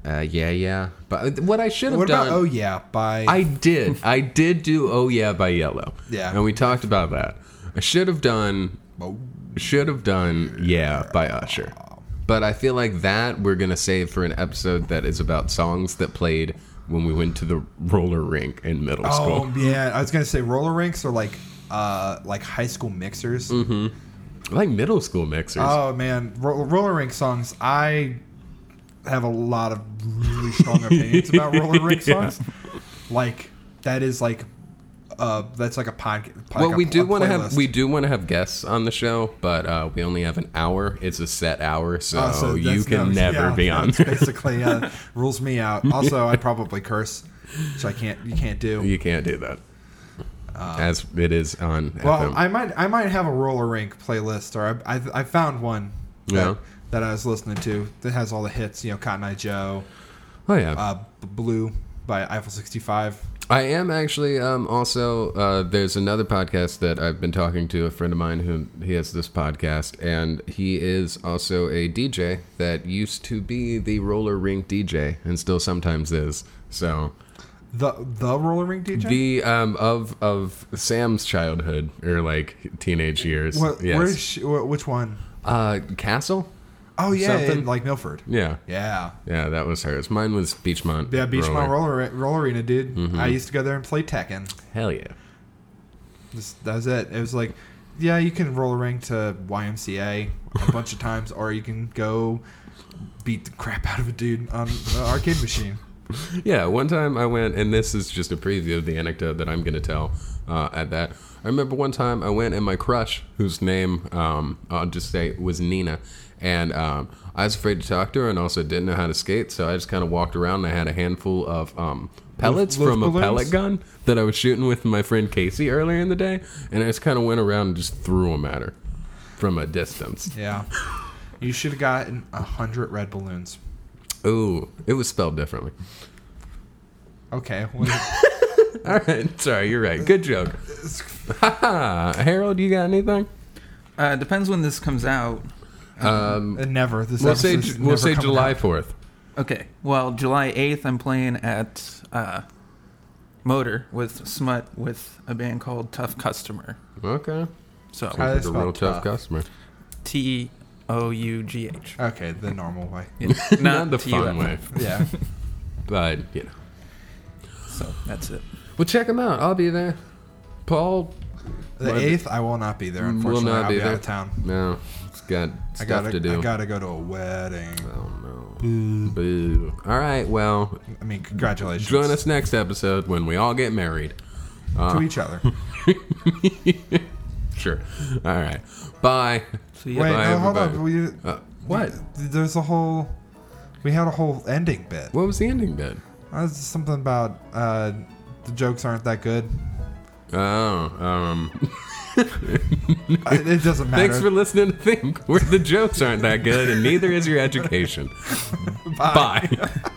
[SPEAKER 1] Uh, yeah, yeah. But uh, what I should have
[SPEAKER 2] What
[SPEAKER 1] done.
[SPEAKER 2] about Oh Yeah by?
[SPEAKER 1] I did. I did do Oh Yeah by Yellow.
[SPEAKER 2] Yeah. Oh.
[SPEAKER 1] And we talked about that. I should have done should have done Yeah by Usher. But I feel like that we're going to save for an episode that is about songs that played when we went to the roller rink in middle
[SPEAKER 2] oh
[SPEAKER 1] school.
[SPEAKER 2] yeah, I was gonna say roller rinks or like uh, like high school mixers.
[SPEAKER 1] Mm-hmm. I like middle school mixers.
[SPEAKER 2] Oh man, Ro- roller rink songs. I have a lot of really strong opinions about roller rink
[SPEAKER 3] Yeah.
[SPEAKER 2] songs. Like that is like uh that's like a podcast.
[SPEAKER 1] well, we do want to have we do want to have guests on the show, but uh, we only have an hour. It's a set hour, so, Oh,
[SPEAKER 2] Oh,
[SPEAKER 1] you can never be on. there.
[SPEAKER 2] Basically, uh, rules me out. Also, I probably curse, which I can't. You can't do.
[SPEAKER 1] You can't do that, as it is on.
[SPEAKER 2] Uh, Well,
[SPEAKER 1] FM.
[SPEAKER 2] I might I might have a roller rink playlist, or I I, I found one. That,
[SPEAKER 1] Yeah.
[SPEAKER 2] that I was listening to that has all the hits. You know, Cotton Eye Joe,
[SPEAKER 1] oh yeah,
[SPEAKER 2] uh, B- Blue by Eiffel 65.
[SPEAKER 1] I am actually um, also. Uh, there's another podcast that I've been talking to a friend of mine who he has this podcast, and he is also a DJ that used to be the roller rink DJ and still sometimes is. So
[SPEAKER 2] The the roller rink DJ.
[SPEAKER 1] the um, of of Sam's childhood or like teenage years.
[SPEAKER 2] what,
[SPEAKER 1] yes.
[SPEAKER 2] where's she, wh- which one?
[SPEAKER 1] uh, Castle?
[SPEAKER 2] Oh yeah,
[SPEAKER 1] Something?
[SPEAKER 2] in, like Milford.
[SPEAKER 1] Yeah.
[SPEAKER 2] Yeah,
[SPEAKER 1] Yeah, that was hers. Mine was Beachmont.
[SPEAKER 2] yeah. Beachmont roller roller arena, dude.
[SPEAKER 1] Mm-hmm.
[SPEAKER 2] I used to go there and play Tekken.
[SPEAKER 1] Hell yeah.
[SPEAKER 2] Just, that was it. It was like, yeah, you can roller rink to YMCA a bunch of times, or you can go beat the crap out of a dude on an arcade machine.
[SPEAKER 1] Yeah, one time I went, and this is just a preview of the anecdote that I'm going to tell uh, at that. I remember one time I went, and my crush, whose name um, I'll just say was Nina, and um, I was afraid to talk to her and also didn't know how to skate, so I just kind of walked around and I had a handful of um, pellets
[SPEAKER 2] Loose- loose
[SPEAKER 1] from a
[SPEAKER 2] balloons?
[SPEAKER 1] pellet gun that I was shooting with my friend Casey earlier in the day, and I just kind of went around and just threw them at her from a distance.
[SPEAKER 2] Yeah, you should have gotten a hundred red balloons.
[SPEAKER 1] Ooh, it was spelled differently.
[SPEAKER 2] Okay, well,
[SPEAKER 1] All right, sorry, you're right. Good joke. Ha ha. Harold, you got anything?
[SPEAKER 3] Uh, depends when this comes out.
[SPEAKER 2] and never. This
[SPEAKER 1] We'll say
[SPEAKER 2] episode's
[SPEAKER 1] we'll
[SPEAKER 2] never
[SPEAKER 1] say
[SPEAKER 2] coming
[SPEAKER 1] July
[SPEAKER 2] out.
[SPEAKER 1] fourth.
[SPEAKER 3] Okay. Well, July 8th, I'm playing at uh, Motor with Smut with a band called Tough Customer.
[SPEAKER 1] Okay,
[SPEAKER 3] So
[SPEAKER 2] Uh,
[SPEAKER 1] Sounds
[SPEAKER 2] it's
[SPEAKER 1] like a real
[SPEAKER 2] about
[SPEAKER 1] tough,
[SPEAKER 2] tough.
[SPEAKER 1] customer.
[SPEAKER 3] T E O U G H.
[SPEAKER 2] Okay, the normal way.
[SPEAKER 1] Not, the
[SPEAKER 3] T U
[SPEAKER 1] fun
[SPEAKER 3] F.
[SPEAKER 1] way,
[SPEAKER 2] Yeah.
[SPEAKER 1] but you know.
[SPEAKER 3] So that's it.
[SPEAKER 1] Well, check them out. I'll be there. Paul,
[SPEAKER 2] The
[SPEAKER 1] Well,
[SPEAKER 2] eighth, I will not be there. Unfortunately,
[SPEAKER 1] not
[SPEAKER 2] I'll
[SPEAKER 1] be
[SPEAKER 2] be out
[SPEAKER 1] there.
[SPEAKER 2] of town.
[SPEAKER 1] no, he's got
[SPEAKER 2] I
[SPEAKER 1] stuff
[SPEAKER 2] gotta,
[SPEAKER 1] to do.
[SPEAKER 2] I gotta go to a wedding.
[SPEAKER 1] oh no. Boo. All right. Well,
[SPEAKER 2] I mean, congratulations.
[SPEAKER 1] join us next episode when we all get married. Uh,
[SPEAKER 2] to each other.
[SPEAKER 1] Sure. All right. Bye.
[SPEAKER 3] See ya.
[SPEAKER 2] Wait,
[SPEAKER 1] Bye,
[SPEAKER 2] no, hold
[SPEAKER 1] everybody.
[SPEAKER 2] on. We,
[SPEAKER 1] Uh, what?
[SPEAKER 2] There's a whole. We had a whole ending bit.
[SPEAKER 1] What was the ending bit?
[SPEAKER 2] Uh, it's something about uh, the jokes aren't that good.
[SPEAKER 1] Oh, um,
[SPEAKER 2] Uh, it doesn't matter.
[SPEAKER 1] thanks for listening to Think, where the jokes aren't that good and neither is your education. Bye.